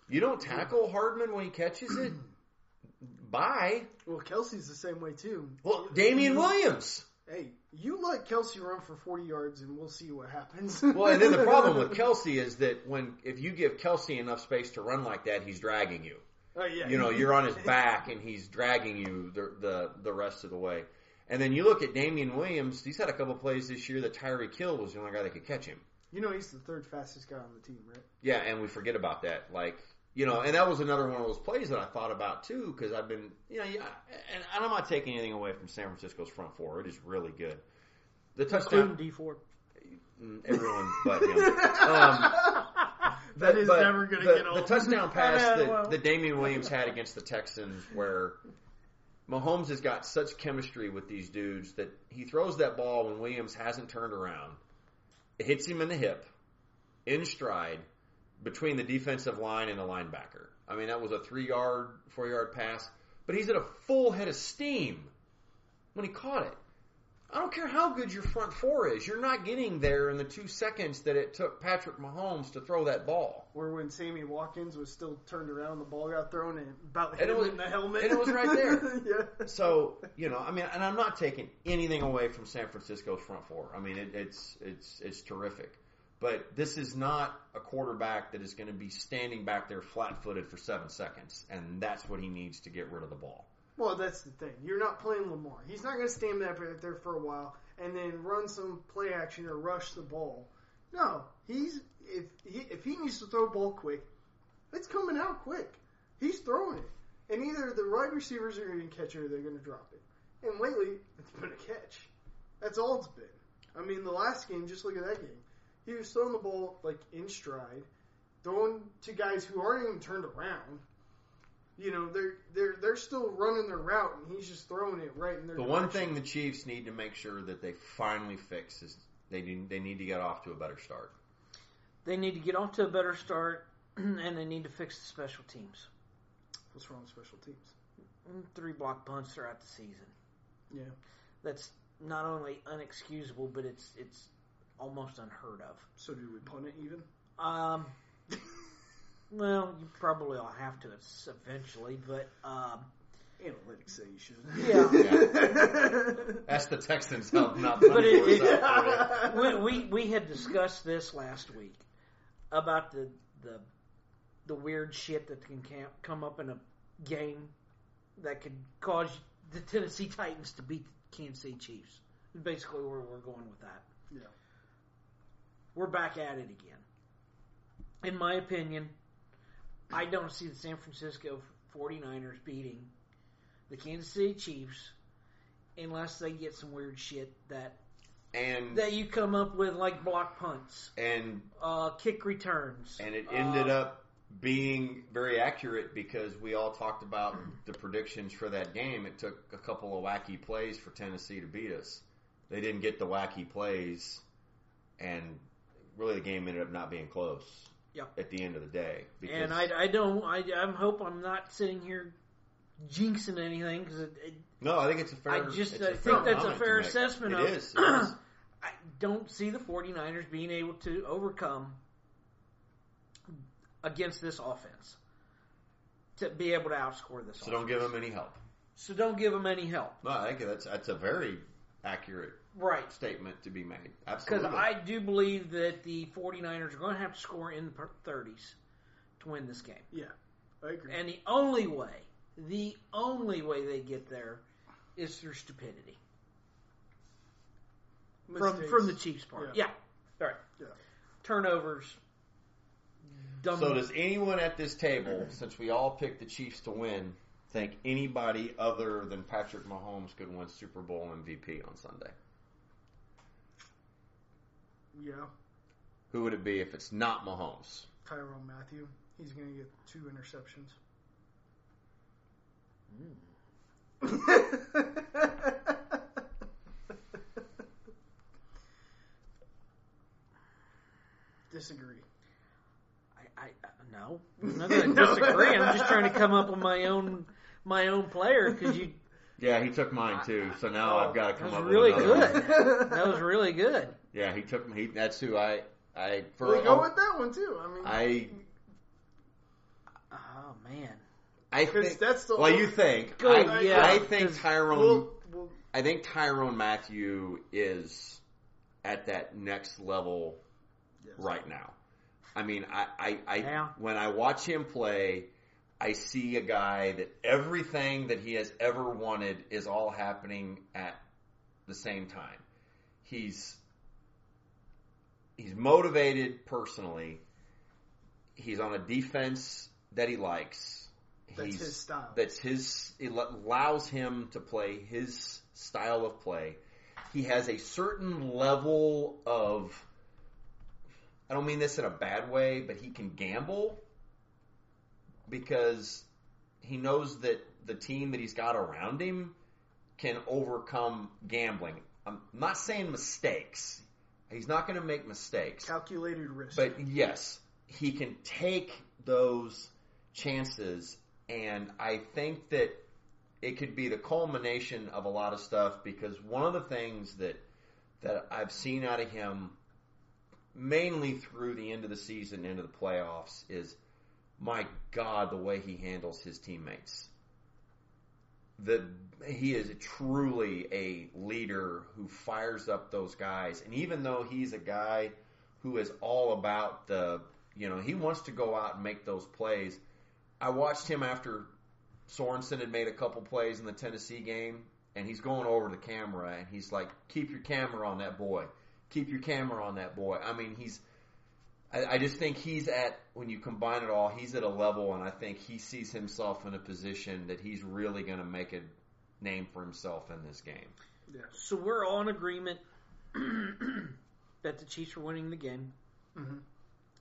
[SPEAKER 2] you don't tackle Hardman when he catches it <clears throat> bye
[SPEAKER 1] <laughs> Well, Kelsey's the same way too.
[SPEAKER 2] well Damian Williams
[SPEAKER 1] Hey, you let Kelsey run for 40 yards and we'll see what happens.
[SPEAKER 2] <laughs> well and then the problem with Kelsey is that when if you give Kelsey enough space to run like that he's dragging you
[SPEAKER 1] Oh, yeah.
[SPEAKER 2] you know you're on his back and he's dragging you the the, the rest of the way. And then you look at Damian Williams; he's had a couple plays this year that Tyree Kill was the only guy that could catch him.
[SPEAKER 1] You know he's the third fastest guy on the team, right?
[SPEAKER 2] Yeah, and we forget about that. Like you know, and that was another one of those plays that I thought about too because I've been you know, yeah, and and I'm not taking anything away from San Francisco's front four; it is really good. The
[SPEAKER 3] Including
[SPEAKER 2] touchdown, mm,
[SPEAKER 3] D four.
[SPEAKER 1] <laughs>
[SPEAKER 2] everyone but him. Um,
[SPEAKER 1] that is
[SPEAKER 2] but
[SPEAKER 1] never going to
[SPEAKER 2] the-
[SPEAKER 1] get old.
[SPEAKER 2] The
[SPEAKER 1] <laughs>
[SPEAKER 2] touchdown pass
[SPEAKER 3] Yeah,
[SPEAKER 2] that,
[SPEAKER 3] well.
[SPEAKER 2] that Damian Williams had against the Texans, where Mahomes has got such chemistry with these dudes that he throws that ball when Williams hasn't turned around. It hits him in the hip, in stride, between the defensive line and the linebacker. I mean, that was a three yard, four yard pass, but he's at a full head of steam when he caught it. I don't care how good your front four is, you're not getting there in the two seconds that it took Patrick Mahomes to throw that ball.
[SPEAKER 1] Where when Sammy Watkins was still turned around, the ball got thrown and about
[SPEAKER 2] And
[SPEAKER 1] hit
[SPEAKER 2] it
[SPEAKER 1] him
[SPEAKER 2] was-
[SPEAKER 1] in the helmet.
[SPEAKER 2] and it
[SPEAKER 1] <laughs>
[SPEAKER 2] was right there.
[SPEAKER 1] yeah.
[SPEAKER 2] So you know, I mean, and I'm not taking anything away from San Francisco's front four. I mean, it, it's it's it's terrific, but this is not a quarterback that is going to be standing back there flat-footed for seven seconds, and that's what he needs to get rid of the ball.
[SPEAKER 1] Well, that's the thing. You're not playing Lamar. He's not going to stand that back there for a while and then run some play action or rush the ball. No, he's if he if he needs to throw a ball quick, it's coming out quick. He's throwing it, and either the wide receivers are going to catch it or they're going to drop it. And lately, it's been a catch. That's all it's been. I mean, the last game, just look at that game. He was throwing the ball like in stride, throwing to guys who aren't even turned around you know they're they're they're still running their route and he's just throwing it right in their
[SPEAKER 2] The one
[SPEAKER 1] direction.
[SPEAKER 2] thing the Chiefs need to make sure that they finally fix is they need, they need to get off to a better start.
[SPEAKER 3] They need to get off to a better start, <clears throat> and they need to fix the special teams. Mm,
[SPEAKER 1] what's wrong with special teams
[SPEAKER 3] Three block punts throughout the season.
[SPEAKER 1] yeah
[SPEAKER 3] That's not only unexcusable, but it's it's almost unheard of.
[SPEAKER 1] so do we punt it even <laughs>
[SPEAKER 3] Um, well, you probably all have to eventually, but um,
[SPEAKER 1] Analytics say you should.
[SPEAKER 3] Yeah.
[SPEAKER 1] <laughs>
[SPEAKER 2] That's the Texans help,
[SPEAKER 3] <laughs>
[SPEAKER 2] not
[SPEAKER 3] But it-
[SPEAKER 2] Thunderbolts
[SPEAKER 3] it-
[SPEAKER 2] help, really.
[SPEAKER 3] we, we we had discussed this last week about the the the weird shit that can cam- come up in a game that could cause the Tennessee Titans to beat the Kansas City Chiefs. Basically, where we're going with that.
[SPEAKER 1] Yeah.
[SPEAKER 3] We're back at it again. In my opinion, I don't see the San Francisco 49ers beating the Kansas City Chiefs unless they get some weird shit that <laughs>
[SPEAKER 2] And
[SPEAKER 3] that you come up with like block punts,
[SPEAKER 2] and
[SPEAKER 3] uh, kick returns,
[SPEAKER 2] and it ended
[SPEAKER 3] uh,
[SPEAKER 2] up being very accurate because we all talked about the predictions for that game. It took a couple of wacky plays for Tennessee to beat us. They didn't get the wacky plays, and really the game ended up not being close.
[SPEAKER 3] Yep.
[SPEAKER 2] At the end of the day,
[SPEAKER 3] And I, I don't I I hope I'm not sitting here jinxing anything because it, it,
[SPEAKER 2] no, I think it's a fair.
[SPEAKER 3] I just
[SPEAKER 2] it's
[SPEAKER 3] I
[SPEAKER 2] a fair
[SPEAKER 3] think that's a
[SPEAKER 2] comment to
[SPEAKER 3] fair
[SPEAKER 2] make.
[SPEAKER 3] assessment.
[SPEAKER 2] It
[SPEAKER 3] of,
[SPEAKER 2] is, it
[SPEAKER 3] <clears throat>
[SPEAKER 2] is.
[SPEAKER 3] I don't see the 49ers being able to overcome against this offense to be able to outscore this.
[SPEAKER 2] So don't
[SPEAKER 3] offense.
[SPEAKER 2] give them any help.
[SPEAKER 3] So don't give them any help.
[SPEAKER 2] No, I think that's that's a very accurate
[SPEAKER 3] Right.
[SPEAKER 2] statement to be made.
[SPEAKER 3] Because
[SPEAKER 2] Absolutely.
[SPEAKER 3] I do believe that the 49ers are going to have to score in the per- 30s to win this game.
[SPEAKER 1] I agree.
[SPEAKER 3] And the only way, the only way they get there is through stupidity. From,
[SPEAKER 1] Mistakes.
[SPEAKER 3] from the Chiefs part. Yeah. All right.
[SPEAKER 1] Yeah.
[SPEAKER 3] Turnovers. Dumb.
[SPEAKER 2] So does anyone at this <clears throat> table, since we all picked the Chiefs to win, think anybody other than Patrick Mahomes could win Super Bowl MVP on Sunday?
[SPEAKER 1] yeah,
[SPEAKER 2] Who would it be if it's not Mahomes?
[SPEAKER 1] Tyrone Matthew. He's going to get two
[SPEAKER 3] <laughs>
[SPEAKER 1] interceptions.
[SPEAKER 3] Mm.
[SPEAKER 1] Disagree.
[SPEAKER 3] I, I, I, no. I'm not going to disagree. I'm just trying to come up with my own my own player because you
[SPEAKER 2] Yeah, he took mine too. So now I've got to come
[SPEAKER 3] That was
[SPEAKER 2] up
[SPEAKER 3] really
[SPEAKER 2] with another
[SPEAKER 3] good.
[SPEAKER 2] One.
[SPEAKER 3] that was really good.
[SPEAKER 2] Yeah, he took he. That's who I I for.
[SPEAKER 1] we go with that one too. I mean,
[SPEAKER 2] I
[SPEAKER 3] Oh man.
[SPEAKER 2] I
[SPEAKER 1] 'cause
[SPEAKER 2] think.
[SPEAKER 1] that's the
[SPEAKER 2] Well, you think?
[SPEAKER 3] Go,
[SPEAKER 2] I,
[SPEAKER 1] yeah,
[SPEAKER 2] I think
[SPEAKER 3] 'cause
[SPEAKER 2] Tyrone.
[SPEAKER 1] Well, well,
[SPEAKER 2] I think Tyrone Matthew is at that next level
[SPEAKER 1] yes.
[SPEAKER 2] right now. I mean, I, I, I
[SPEAKER 3] Yeah.
[SPEAKER 2] when I watch him play, I see a guy that everything that he has ever wanted is all happening at the same time. He's he's motivated personally. He's on a defense that he likes.
[SPEAKER 1] That's
[SPEAKER 2] he's,
[SPEAKER 1] his style.
[SPEAKER 2] that's his it allows him to play his style of play. He has a certain level of I don't mean this in a bad way, but he can gamble because he knows that the team that he's got around him can overcome gambling. I'm not saying mistakes. He's not going to make mistakes.
[SPEAKER 1] calculated risk.
[SPEAKER 2] But yes, he can take those chances, and I think that it could be the culmination of a lot of stuff because one of the things that that I've seen out of him mainly through the end of the season, into the playoffs, is my God, the way he handles his teammates. The he is truly a leader who fires up those guys, and even though he's a guy who is all about the you know he wants to go out and make those plays. I watched him after Sorensen had made a couple plays in the Tennessee game, and he's going over the camera and he's like, "Keep your camera on that boy. Keep your camera on that boy." I mean, he's I, I just think he's at when you combine it all, he's at a level, and I think he sees himself in a position that he's really going to make a name for himself in this game.
[SPEAKER 3] So we're all in agreement <clears throat> that the Chiefs are winning the game,
[SPEAKER 1] Mhm.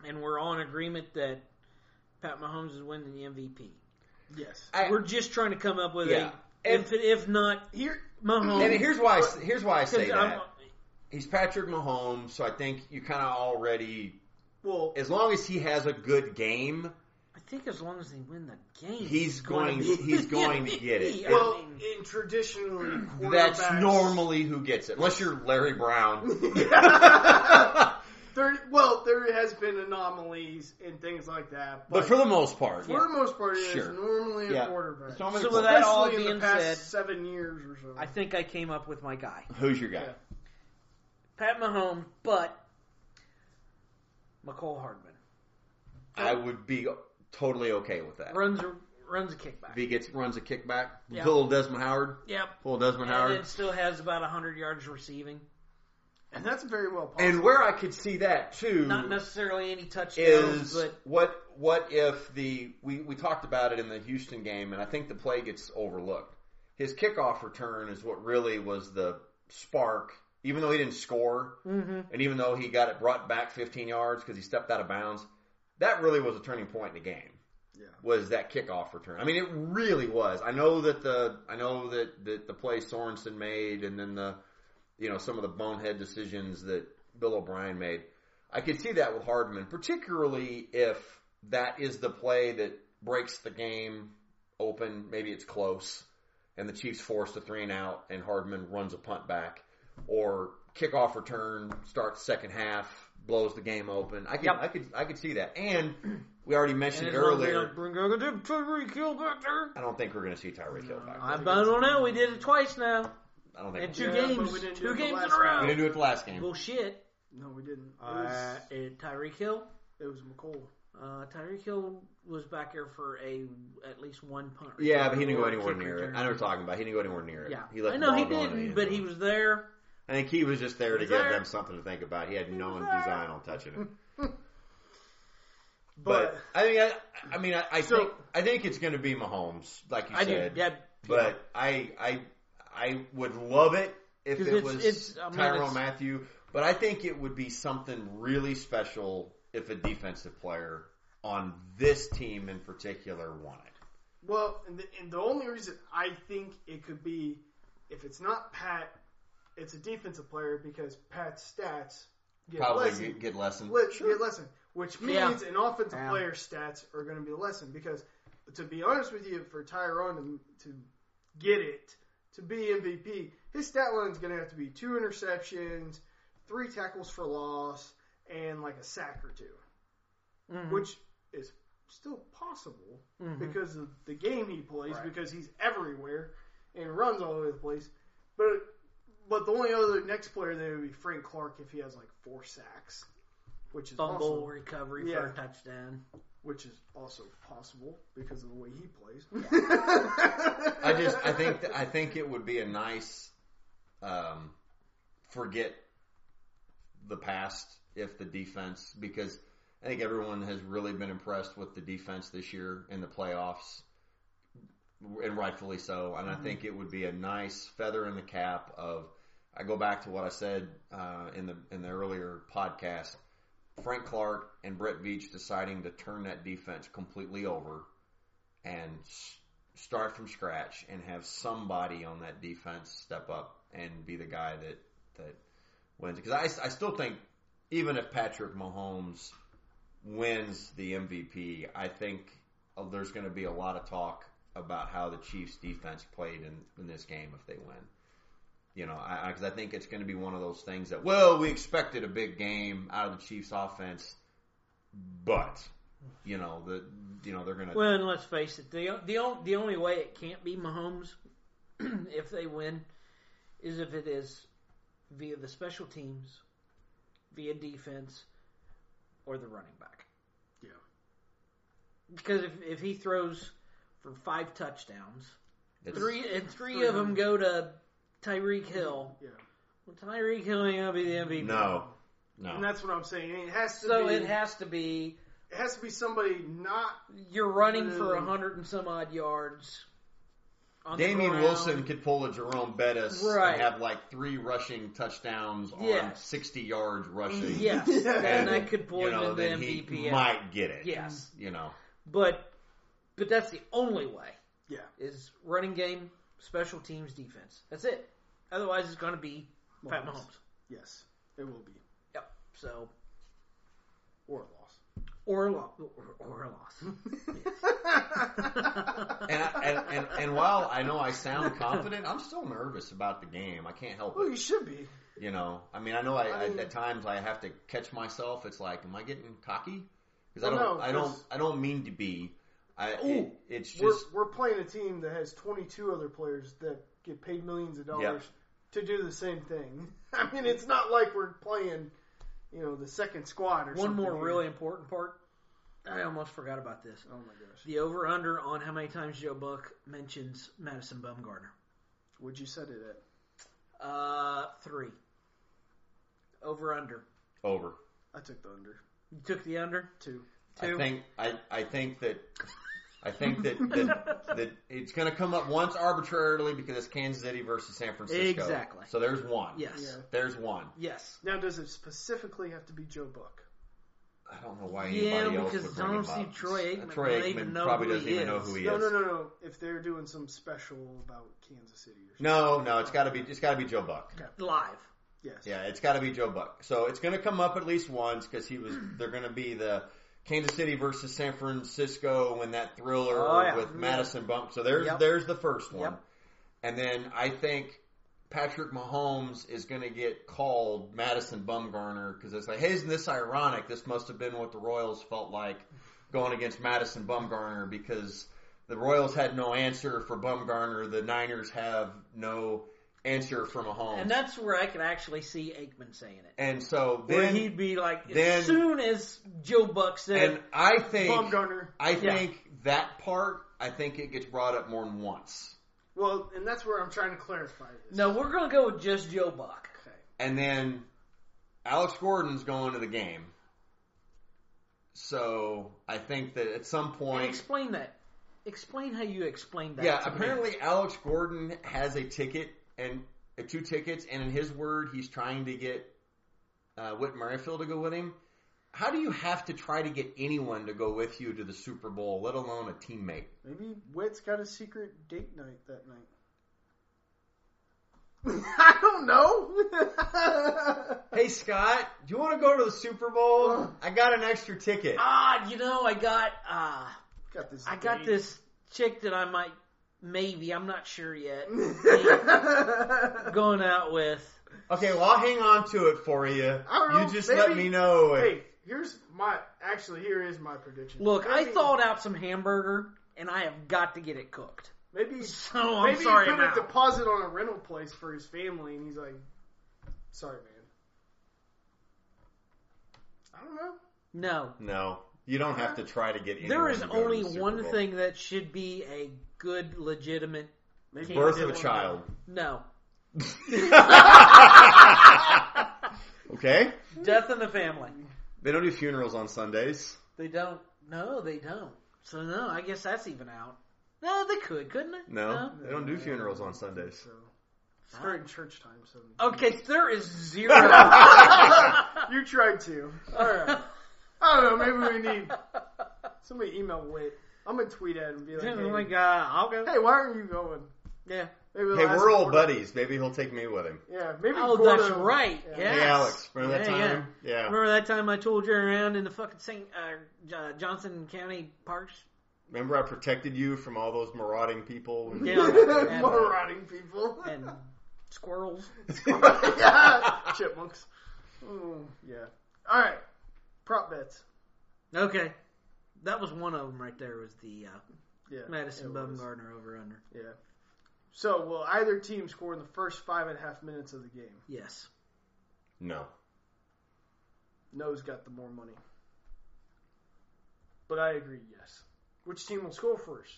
[SPEAKER 3] and we're all in agreement that Pat Mahomes is winning the MVP.
[SPEAKER 1] yes.
[SPEAKER 2] I-
[SPEAKER 3] we're just trying to come up with
[SPEAKER 2] Yeah.
[SPEAKER 3] a if if not
[SPEAKER 1] Here,
[SPEAKER 3] Mahomes.
[SPEAKER 2] And here's why I, s- here's why I say
[SPEAKER 3] 'Cause I'm-
[SPEAKER 2] that. he's Patrick Mahomes, so I think you kind of already,
[SPEAKER 1] well,
[SPEAKER 2] as long as he has a good game,
[SPEAKER 3] I think as long as they win the game,
[SPEAKER 2] He's
[SPEAKER 3] gonna
[SPEAKER 2] going-
[SPEAKER 3] be- <laughs>
[SPEAKER 2] he's going to get it.
[SPEAKER 3] I
[SPEAKER 1] well,
[SPEAKER 3] mean,
[SPEAKER 1] in traditionally,
[SPEAKER 2] <clears throat> that's
[SPEAKER 1] quarterbacks-
[SPEAKER 2] <laughs> normally who gets it, unless you're Larry Brown.
[SPEAKER 1] They're well, there has been anomalies and things like that,
[SPEAKER 2] But for the most part,
[SPEAKER 1] for the most part, it is
[SPEAKER 2] Sure.
[SPEAKER 1] normally
[SPEAKER 2] Yeah.
[SPEAKER 1] a quarterback.
[SPEAKER 2] So I'm gonna
[SPEAKER 3] So
[SPEAKER 2] call-
[SPEAKER 3] with that all
[SPEAKER 1] Especially in
[SPEAKER 3] being
[SPEAKER 1] the past
[SPEAKER 3] said,
[SPEAKER 1] seven years or so.
[SPEAKER 3] I think I came up with my guy,
[SPEAKER 2] who's your guy?
[SPEAKER 1] Yeah.
[SPEAKER 3] Pat Mahomes, but McCole Hardman
[SPEAKER 2] I would be totally okay with that.
[SPEAKER 3] runs a, runs a kickback.
[SPEAKER 2] If he gets runs a kickback,
[SPEAKER 3] Yeah.
[SPEAKER 2] little Desmond Howard,
[SPEAKER 3] yep,
[SPEAKER 2] little Desmond
[SPEAKER 3] and
[SPEAKER 2] Howard.
[SPEAKER 3] then still has about hundred yards receiving.
[SPEAKER 1] and that's very well possible.
[SPEAKER 2] And where I could see that too
[SPEAKER 3] Not necessarily any touchdowns,
[SPEAKER 2] is
[SPEAKER 3] but
[SPEAKER 2] what what if the we, we talked about it in the Houston game, and I think the play gets overlooked. His kickoff return is what really was the spark. Even though he didn't score,
[SPEAKER 3] mm-hmm.
[SPEAKER 2] and even though he got it brought back 15 yards because he stepped out of bounds, that really was a turning point in the game.
[SPEAKER 1] Yeah.
[SPEAKER 2] Was that kickoff return? I mean, it really was. I know that the I know that, that the play Sorensen made, and then the you know some of the bonehead decisions that Bill O'Brien made. I could see that with Hardman, particularly if that is the play that breaks the game open. Maybe it's close, and the Chiefs force a three and out, and Hardman runs a punt back or kickoff return starts second half, blows the game open. I could
[SPEAKER 3] Yep.
[SPEAKER 2] I could I could see that. And we already mentioned
[SPEAKER 3] And as long as they
[SPEAKER 2] earlier.
[SPEAKER 3] don't bring over the Tyreek Hill back there.
[SPEAKER 2] I don't think we're going to see Tyreek Hill back.
[SPEAKER 3] I, I don't know. We did it twice now.
[SPEAKER 2] I don't
[SPEAKER 3] In
[SPEAKER 2] think
[SPEAKER 3] two
[SPEAKER 2] we're
[SPEAKER 1] Yeah, but
[SPEAKER 3] games.
[SPEAKER 1] we didn't do it
[SPEAKER 3] Two
[SPEAKER 1] the
[SPEAKER 3] games in
[SPEAKER 1] last
[SPEAKER 3] a
[SPEAKER 2] we
[SPEAKER 3] row.
[SPEAKER 2] didn't do it the last game.
[SPEAKER 3] Bullshit.
[SPEAKER 1] No, we didn't. It was,
[SPEAKER 3] Uh, it- Tyreek Hill.
[SPEAKER 1] it was McColl.
[SPEAKER 3] Uh, Tyreek Hill was back there for a at least one punt.
[SPEAKER 2] Yeah,
[SPEAKER 3] return
[SPEAKER 2] but he didn't go
[SPEAKER 3] or
[SPEAKER 2] anywhere
[SPEAKER 3] kick
[SPEAKER 2] near it.
[SPEAKER 3] return.
[SPEAKER 2] I know we're talking about. He didn't go anywhere near it.
[SPEAKER 3] Yeah,
[SPEAKER 2] he left
[SPEAKER 3] I
[SPEAKER 2] the
[SPEAKER 3] know
[SPEAKER 2] ball
[SPEAKER 3] he
[SPEAKER 2] going in the
[SPEAKER 3] didn't,
[SPEAKER 2] end
[SPEAKER 3] but he
[SPEAKER 2] zone.
[SPEAKER 3] was there.
[SPEAKER 2] I think he was just there to
[SPEAKER 3] He's
[SPEAKER 2] give
[SPEAKER 3] there.
[SPEAKER 2] them something to think about. He had no
[SPEAKER 3] was
[SPEAKER 2] design
[SPEAKER 3] there.
[SPEAKER 2] on touching it.
[SPEAKER 1] But,
[SPEAKER 2] But I think I, I mean I, I
[SPEAKER 1] So-
[SPEAKER 2] think I think it's going to be Mahomes, like you
[SPEAKER 3] I
[SPEAKER 2] said.
[SPEAKER 3] did. Yeah,
[SPEAKER 2] But I I I would love it if
[SPEAKER 3] 'Cause
[SPEAKER 2] it
[SPEAKER 3] it's-
[SPEAKER 2] was
[SPEAKER 3] it's- I mean,
[SPEAKER 2] Tyrone
[SPEAKER 3] it's-
[SPEAKER 2] Matthew, but I think it would be something really special if a defensive player on this team in particular won it.
[SPEAKER 1] well, and the, and the only reason I think it could be if it's not Pat, it's a defensive player because Pat's stats get
[SPEAKER 2] Probably
[SPEAKER 1] lessened.
[SPEAKER 2] get, get lesson.
[SPEAKER 1] Let, get lessened, which
[SPEAKER 3] Yeah.
[SPEAKER 1] means an offensive
[SPEAKER 3] Yeah.
[SPEAKER 1] player's stats are going to be lessened because, to be honest with you, for Tyrone to, to get it to be MVP, his stat line is going to have to be two interceptions, three tackles for loss, and like a sack or 2
[SPEAKER 2] "Mm-hmm,
[SPEAKER 3] Mhm.
[SPEAKER 1] which is still possible
[SPEAKER 3] Mhm.
[SPEAKER 1] because of the game he plays,
[SPEAKER 3] Right.
[SPEAKER 1] because he's everywhere and runs all over the place. But but the only other next player there would be Frank Clark if he has like four sacks, which is
[SPEAKER 3] fumble
[SPEAKER 1] also,
[SPEAKER 3] recovery for
[SPEAKER 1] Yeah.
[SPEAKER 3] a touchdown.
[SPEAKER 1] which is also possible because of the way he plays. <laughs>
[SPEAKER 2] I just I think that, I think it would be a nice um, forget the past if the defense because I think everyone has really been impressed with the defense this year in the playoffs and rightfully so and I think it would be a nice feather in the cap of I go back to what I said uh, in the in the earlier podcast Frank Clark and Brett Veach deciding to turn that defense completely over and s- start from scratch and have somebody on that defense step up and be the guy that that wins. Because I, I still think even if Patrick Mahomes wins the MVP, I think uh, there's going to be a lot of talk about how the Chiefs defense played in, in this game if they win. You know, because I, 'cause I think it's going to be one of those things that well, we expected a big game out of the Chiefs offense, but you know the you know they're going to
[SPEAKER 3] Well, and let's face it, the the on- the only way it can't be Mahomes <clears throat> if they win is if it is via the special teams, via defense, or the running back.
[SPEAKER 1] Yeah.
[SPEAKER 3] Because if if he throws for five touchdowns,
[SPEAKER 2] it's-
[SPEAKER 3] three and three,
[SPEAKER 1] Three
[SPEAKER 3] of them go to Tyreek Hill.
[SPEAKER 1] Yeah.
[SPEAKER 3] Well, Tyreek Hill ain't gonna be the MVP.
[SPEAKER 2] No,
[SPEAKER 1] And
[SPEAKER 2] no.
[SPEAKER 1] that's what I'm saying. It has to
[SPEAKER 3] So
[SPEAKER 1] be
[SPEAKER 3] it has to be
[SPEAKER 1] it has to be somebody not
[SPEAKER 3] you're running for a
[SPEAKER 1] Mm.
[SPEAKER 3] hundred and some odd yards. on the
[SPEAKER 2] Damian
[SPEAKER 3] ground.
[SPEAKER 2] Wilson could pull a Jerome Bettis
[SPEAKER 3] Right.
[SPEAKER 2] and have like three rushing touchdowns on
[SPEAKER 3] Yes.
[SPEAKER 2] sixty yards rushing.
[SPEAKER 3] Yes,
[SPEAKER 1] Yeah. <laughs>
[SPEAKER 3] and I could pull
[SPEAKER 2] you
[SPEAKER 3] him
[SPEAKER 2] know,
[SPEAKER 3] in the
[SPEAKER 2] then
[SPEAKER 3] MVP.
[SPEAKER 2] he
[SPEAKER 3] ad.
[SPEAKER 2] might get it.
[SPEAKER 3] Yes,
[SPEAKER 2] you know,
[SPEAKER 3] but but that's the only way.
[SPEAKER 1] Yeah.
[SPEAKER 3] is running game, special teams, defense. That's it. Otherwise, it's going to be Pat
[SPEAKER 1] Mahomes.
[SPEAKER 3] Mahomes.
[SPEAKER 1] Yes, it will be.
[SPEAKER 3] Yep. So
[SPEAKER 1] Or a loss.
[SPEAKER 3] or a loss, or, or
[SPEAKER 1] <laughs>
[SPEAKER 3] a loss.
[SPEAKER 2] and, I, and and and while I know I sound confident, I'm still nervous about the game. I can't help
[SPEAKER 1] well,
[SPEAKER 2] it.
[SPEAKER 1] you should be.
[SPEAKER 2] You know, I mean, I know
[SPEAKER 1] I
[SPEAKER 2] I, I
[SPEAKER 1] mean-
[SPEAKER 2] at times I have to catch myself. It's like, am I getting cocky?
[SPEAKER 3] Oh,
[SPEAKER 2] Because
[SPEAKER 1] Well,
[SPEAKER 2] I don't,
[SPEAKER 1] no,
[SPEAKER 2] I don't,
[SPEAKER 1] 'cause-
[SPEAKER 2] I don't mean to be. I, it,
[SPEAKER 1] Ooh,
[SPEAKER 2] it's
[SPEAKER 1] we're,
[SPEAKER 2] just
[SPEAKER 1] we're playing a team that has 22 other players that get paid millions of dollars to do the same thing. <laughs> I mean, it's not like we're playing, you know, the second squad or
[SPEAKER 3] One
[SPEAKER 1] something.
[SPEAKER 3] more
[SPEAKER 1] here.
[SPEAKER 3] really important part. I almost forgot about this.
[SPEAKER 1] Oh my gosh.
[SPEAKER 3] The over under on how many times Joe Buck mentions Madison Bumgarner.
[SPEAKER 1] Would you set it at?
[SPEAKER 3] Uh, three. Over under.
[SPEAKER 2] over.
[SPEAKER 1] I took the under
[SPEAKER 3] You took the under.
[SPEAKER 1] two.
[SPEAKER 2] I
[SPEAKER 3] Two. <laughs>
[SPEAKER 2] think, I, I think that, I think that that, that it's going to come up once arbitrarily because it's Kansas City versus San Francisco.
[SPEAKER 3] Exactly.
[SPEAKER 2] So there's one.
[SPEAKER 3] Yes.
[SPEAKER 1] Yeah.
[SPEAKER 2] There's one.
[SPEAKER 3] Yes.
[SPEAKER 1] Now, does it specifically have to be Joe Buck?
[SPEAKER 2] I don't know why anybody
[SPEAKER 3] Yeah,
[SPEAKER 2] else
[SPEAKER 3] because
[SPEAKER 2] would bring
[SPEAKER 3] I don't
[SPEAKER 2] him
[SPEAKER 3] see
[SPEAKER 2] up.
[SPEAKER 3] Troy Aikman.
[SPEAKER 2] Troy
[SPEAKER 3] They
[SPEAKER 2] Aikman
[SPEAKER 3] even know
[SPEAKER 2] probably
[SPEAKER 3] who
[SPEAKER 2] doesn't
[SPEAKER 3] he
[SPEAKER 2] even know
[SPEAKER 3] is.
[SPEAKER 2] who he
[SPEAKER 1] no,
[SPEAKER 2] is.
[SPEAKER 1] no, no, no. If they're doing some special about Kansas City or something.
[SPEAKER 2] No, no, it's got to be it's got to be Joe Buck.
[SPEAKER 3] Live.
[SPEAKER 1] Yes.
[SPEAKER 2] Yeah, it's got to be Joe Buck. So it's going to come up at least once because
[SPEAKER 3] <clears throat>
[SPEAKER 2] he was. They're going to be the Kansas City versus San Francisco in that thriller
[SPEAKER 3] Oh, yeah.
[SPEAKER 2] with Madison Bump. So there's
[SPEAKER 3] Yep.
[SPEAKER 2] there's the first one,
[SPEAKER 3] Yep.
[SPEAKER 2] and then I think Patrick Mahomes is going to get called Madison Bumgarner because it's like, hey, isn't this ironic? This must have been what the Royals felt like going against Madison Bumgarner because the Royals had no answer for Bumgarner. The Niners have no answer for Mahomes.
[SPEAKER 3] And that's where I could actually see Aikman saying it.
[SPEAKER 2] And so
[SPEAKER 3] where
[SPEAKER 2] then,
[SPEAKER 3] he'd be like, as
[SPEAKER 2] then-
[SPEAKER 3] soon as Joe Buck said,
[SPEAKER 2] and I think,
[SPEAKER 1] Bumgarner.
[SPEAKER 2] I
[SPEAKER 3] Yeah.
[SPEAKER 2] think that part, I think it gets brought up more than once.
[SPEAKER 1] Well, and that's where I'm trying to clarify this.
[SPEAKER 3] "No, we're going to go with just Joe Buck."
[SPEAKER 1] Okay.
[SPEAKER 2] And then Alex Gordon's going to the game. So I think that at some
[SPEAKER 3] And
[SPEAKER 2] point,
[SPEAKER 3] explain that. Explain how you explained that.
[SPEAKER 2] yeah,
[SPEAKER 3] to me.
[SPEAKER 2] apparently Alex Gordon has a ticket and uh, two tickets, and in his word, he's trying to get uh, Whit Merrifield to go with him. How do you have to try to get anyone to go with you to the Super Bowl, let alone a teammate?
[SPEAKER 1] Maybe Witt's got a secret date night <laughs> that night. I don't know.
[SPEAKER 2] Hey Scott, do you want to go to the Super Bowl? I got an extra ticket.
[SPEAKER 3] Ah, you know, I got uh
[SPEAKER 1] got this.
[SPEAKER 3] I got
[SPEAKER 1] date. <laughs>
[SPEAKER 3] this chick that I might maybe I'm not sure yet <laughs>
[SPEAKER 1] Go-
[SPEAKER 3] going out with.
[SPEAKER 2] Okay, well I'll hang on to it for you.
[SPEAKER 1] I don't know,
[SPEAKER 2] you just
[SPEAKER 1] maybe-
[SPEAKER 2] let me know. if-
[SPEAKER 1] hey, here's my. Actually, here is my prediction.
[SPEAKER 3] Look, I
[SPEAKER 1] Maybe-
[SPEAKER 3] thawed out some hamburger and I have got to get it cooked.
[SPEAKER 1] maybe
[SPEAKER 3] So I'm
[SPEAKER 1] maybe
[SPEAKER 3] sorry
[SPEAKER 1] he put
[SPEAKER 3] now.
[SPEAKER 1] a deposit on a rental place for his family, and he's like, "Sorry, man." I don't know.
[SPEAKER 3] No.
[SPEAKER 2] No, you don't have to try to get. Anyone
[SPEAKER 3] There is
[SPEAKER 2] to go to
[SPEAKER 3] only
[SPEAKER 2] the Super
[SPEAKER 3] one
[SPEAKER 2] Bowl.
[SPEAKER 3] thing that should be a good legitimate
[SPEAKER 1] Maybe
[SPEAKER 2] Birth
[SPEAKER 1] he
[SPEAKER 2] of a
[SPEAKER 1] did
[SPEAKER 3] <laughs>
[SPEAKER 2] child.
[SPEAKER 3] no.
[SPEAKER 1] <laughs>
[SPEAKER 3] <laughs>
[SPEAKER 2] okay.
[SPEAKER 3] Death in the family.
[SPEAKER 2] They don't do funerals on Sundays.
[SPEAKER 3] They don't no, they don't. So no, I guess that's even out. No, they could, couldn't they?
[SPEAKER 2] No, they don't do
[SPEAKER 1] Yeah.
[SPEAKER 2] funerals on
[SPEAKER 1] one,
[SPEAKER 2] Sundays.
[SPEAKER 1] So. It's during church time, so
[SPEAKER 3] Okay, there is <laughs> zero. All
[SPEAKER 1] you tried to.
[SPEAKER 3] right.
[SPEAKER 1] <laughs> I don't know. Maybe we need somebody email Wit. I'm gonna tweet at him and be like,
[SPEAKER 3] Oh my
[SPEAKER 1] "Hey,
[SPEAKER 3] god, I'll go.
[SPEAKER 1] hey, why aren't you going?"
[SPEAKER 3] Yeah.
[SPEAKER 1] Maybe we'll
[SPEAKER 2] Hey,
[SPEAKER 1] ask
[SPEAKER 2] we're old
[SPEAKER 1] Gordon.
[SPEAKER 2] buddies. Maybe he'll take me with him.
[SPEAKER 1] Yeah, maybe.
[SPEAKER 3] Oh,
[SPEAKER 1] Gordon- <laughs>
[SPEAKER 3] that's right.
[SPEAKER 1] Yeah.
[SPEAKER 3] Yes.
[SPEAKER 2] Hey, Alex, remember that
[SPEAKER 3] Yeah, yeah.
[SPEAKER 2] time? Yeah.
[SPEAKER 3] Remember that time I told you around in the fucking St. Uh, J- Johnson County parks?
[SPEAKER 2] Remember I protected you from all those marauding people?
[SPEAKER 1] <laughs>
[SPEAKER 2] when you
[SPEAKER 3] Yeah.
[SPEAKER 2] were out there?
[SPEAKER 3] And- uh,
[SPEAKER 2] <laughs>
[SPEAKER 1] Marauding people.
[SPEAKER 3] And squirrels.
[SPEAKER 1] <laughs> yeah. <laughs> Chipmunks. Mm, yeah. All right. Prop bets.
[SPEAKER 3] Okay. That was one of them right there was the uh,
[SPEAKER 1] Yeah.
[SPEAKER 3] Madison
[SPEAKER 1] it was.
[SPEAKER 3] Bumgarner over under.
[SPEAKER 1] Yeah. So, will either team score in the first five and a half minutes of the game?
[SPEAKER 3] Yes.
[SPEAKER 2] No.
[SPEAKER 1] No's got the more money. But I agree, yes. Which team will score first?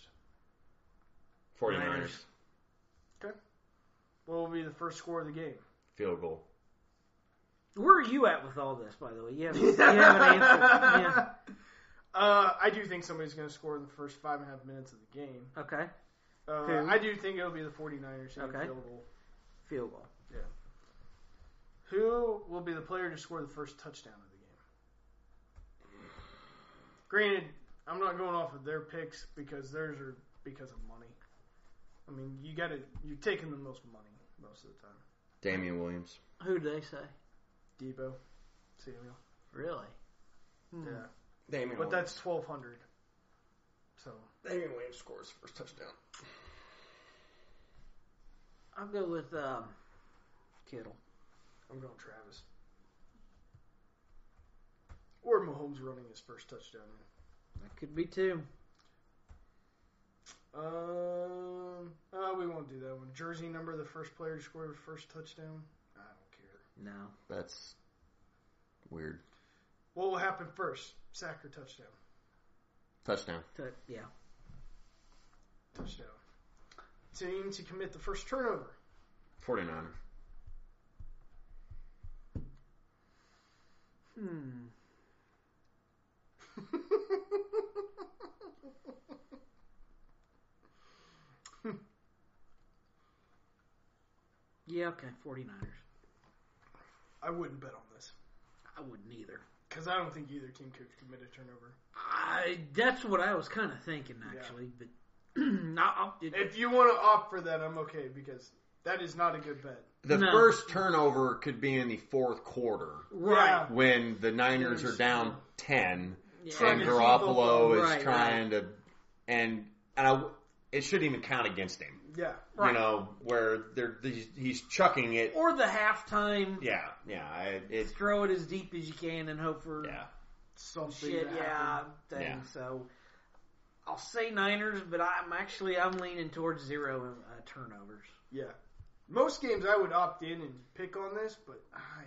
[SPEAKER 2] 49ers.
[SPEAKER 1] What will be the first score of the game?
[SPEAKER 2] Field goal.
[SPEAKER 3] Where are you at with all this, by the way? You haven't, you haven't <laughs> answered. Yeah.
[SPEAKER 1] <laughs> Uh, I do think somebody's going to score in the first five and a half minutes of the game.
[SPEAKER 3] Okay.
[SPEAKER 1] Uh,
[SPEAKER 3] Who?
[SPEAKER 1] I do think it'll be the 49ers. hitting
[SPEAKER 3] Okay.
[SPEAKER 1] Field goal.
[SPEAKER 3] Field goal.
[SPEAKER 1] Who will be the player to score the first touchdown of the game? Granted, I'm not going off of their picks because theirs are because of money. I mean, you got to you're taking the most money most of the time.
[SPEAKER 2] Damian Williams.
[SPEAKER 3] Who did they say?
[SPEAKER 1] Debo, Samuel,
[SPEAKER 3] Really? Hmm.
[SPEAKER 1] yeah,
[SPEAKER 2] Damian
[SPEAKER 1] but that's 1,200. So
[SPEAKER 2] Damian Williams scores first touchdown.
[SPEAKER 3] I'll go with um, Kittle.
[SPEAKER 1] I'm going Travis. Or Mahomes running his first touchdown.
[SPEAKER 3] That could be two.
[SPEAKER 1] Um, uh, we won't do that one. Jersey number, the first player to score the first touchdown. I don't care.
[SPEAKER 3] No.
[SPEAKER 2] That's weird.
[SPEAKER 1] What will happen first? Sack or touchdown?
[SPEAKER 2] Touchdown.
[SPEAKER 3] Th- yeah.
[SPEAKER 1] Touchdown. Team to commit the first turnover. <laughs>
[SPEAKER 2] 49ers.
[SPEAKER 3] Hmm. Yeah, okay, 49ers.
[SPEAKER 1] I wouldn't bet on this
[SPEAKER 3] I wouldn't either.
[SPEAKER 1] because I don't think either team could commit a turnover.
[SPEAKER 3] I that's what I was kind of thinking
[SPEAKER 1] Yeah.
[SPEAKER 3] actually, but <clears throat> not up it,
[SPEAKER 1] If you want to opt for that, I'm okay because that is not a good bet.
[SPEAKER 2] The
[SPEAKER 3] No.
[SPEAKER 2] first turnover could be in the fourth quarter
[SPEAKER 3] right.
[SPEAKER 2] when the Niners are down 10
[SPEAKER 3] Yeah.
[SPEAKER 1] Trying
[SPEAKER 2] and
[SPEAKER 1] to
[SPEAKER 2] Garoppolo is
[SPEAKER 3] Right, right.
[SPEAKER 2] trying to and and I, it shouldn't even count against him.
[SPEAKER 1] Yeah.
[SPEAKER 3] Right.
[SPEAKER 2] You know, where they're he's, he's chucking it.
[SPEAKER 3] Or the halftime
[SPEAKER 2] Yeah, yeah, I, it
[SPEAKER 3] throw it as deep as you can and hope for
[SPEAKER 2] yeah.
[SPEAKER 1] Something.
[SPEAKER 3] shit
[SPEAKER 1] to
[SPEAKER 3] yeah
[SPEAKER 1] happen.
[SPEAKER 3] thing.
[SPEAKER 2] Yeah.
[SPEAKER 3] So I'll say Niners, but I'm actually I'm leaning towards zero uh, turnovers.
[SPEAKER 1] Yeah. Most games I would opt in and pick on this, but I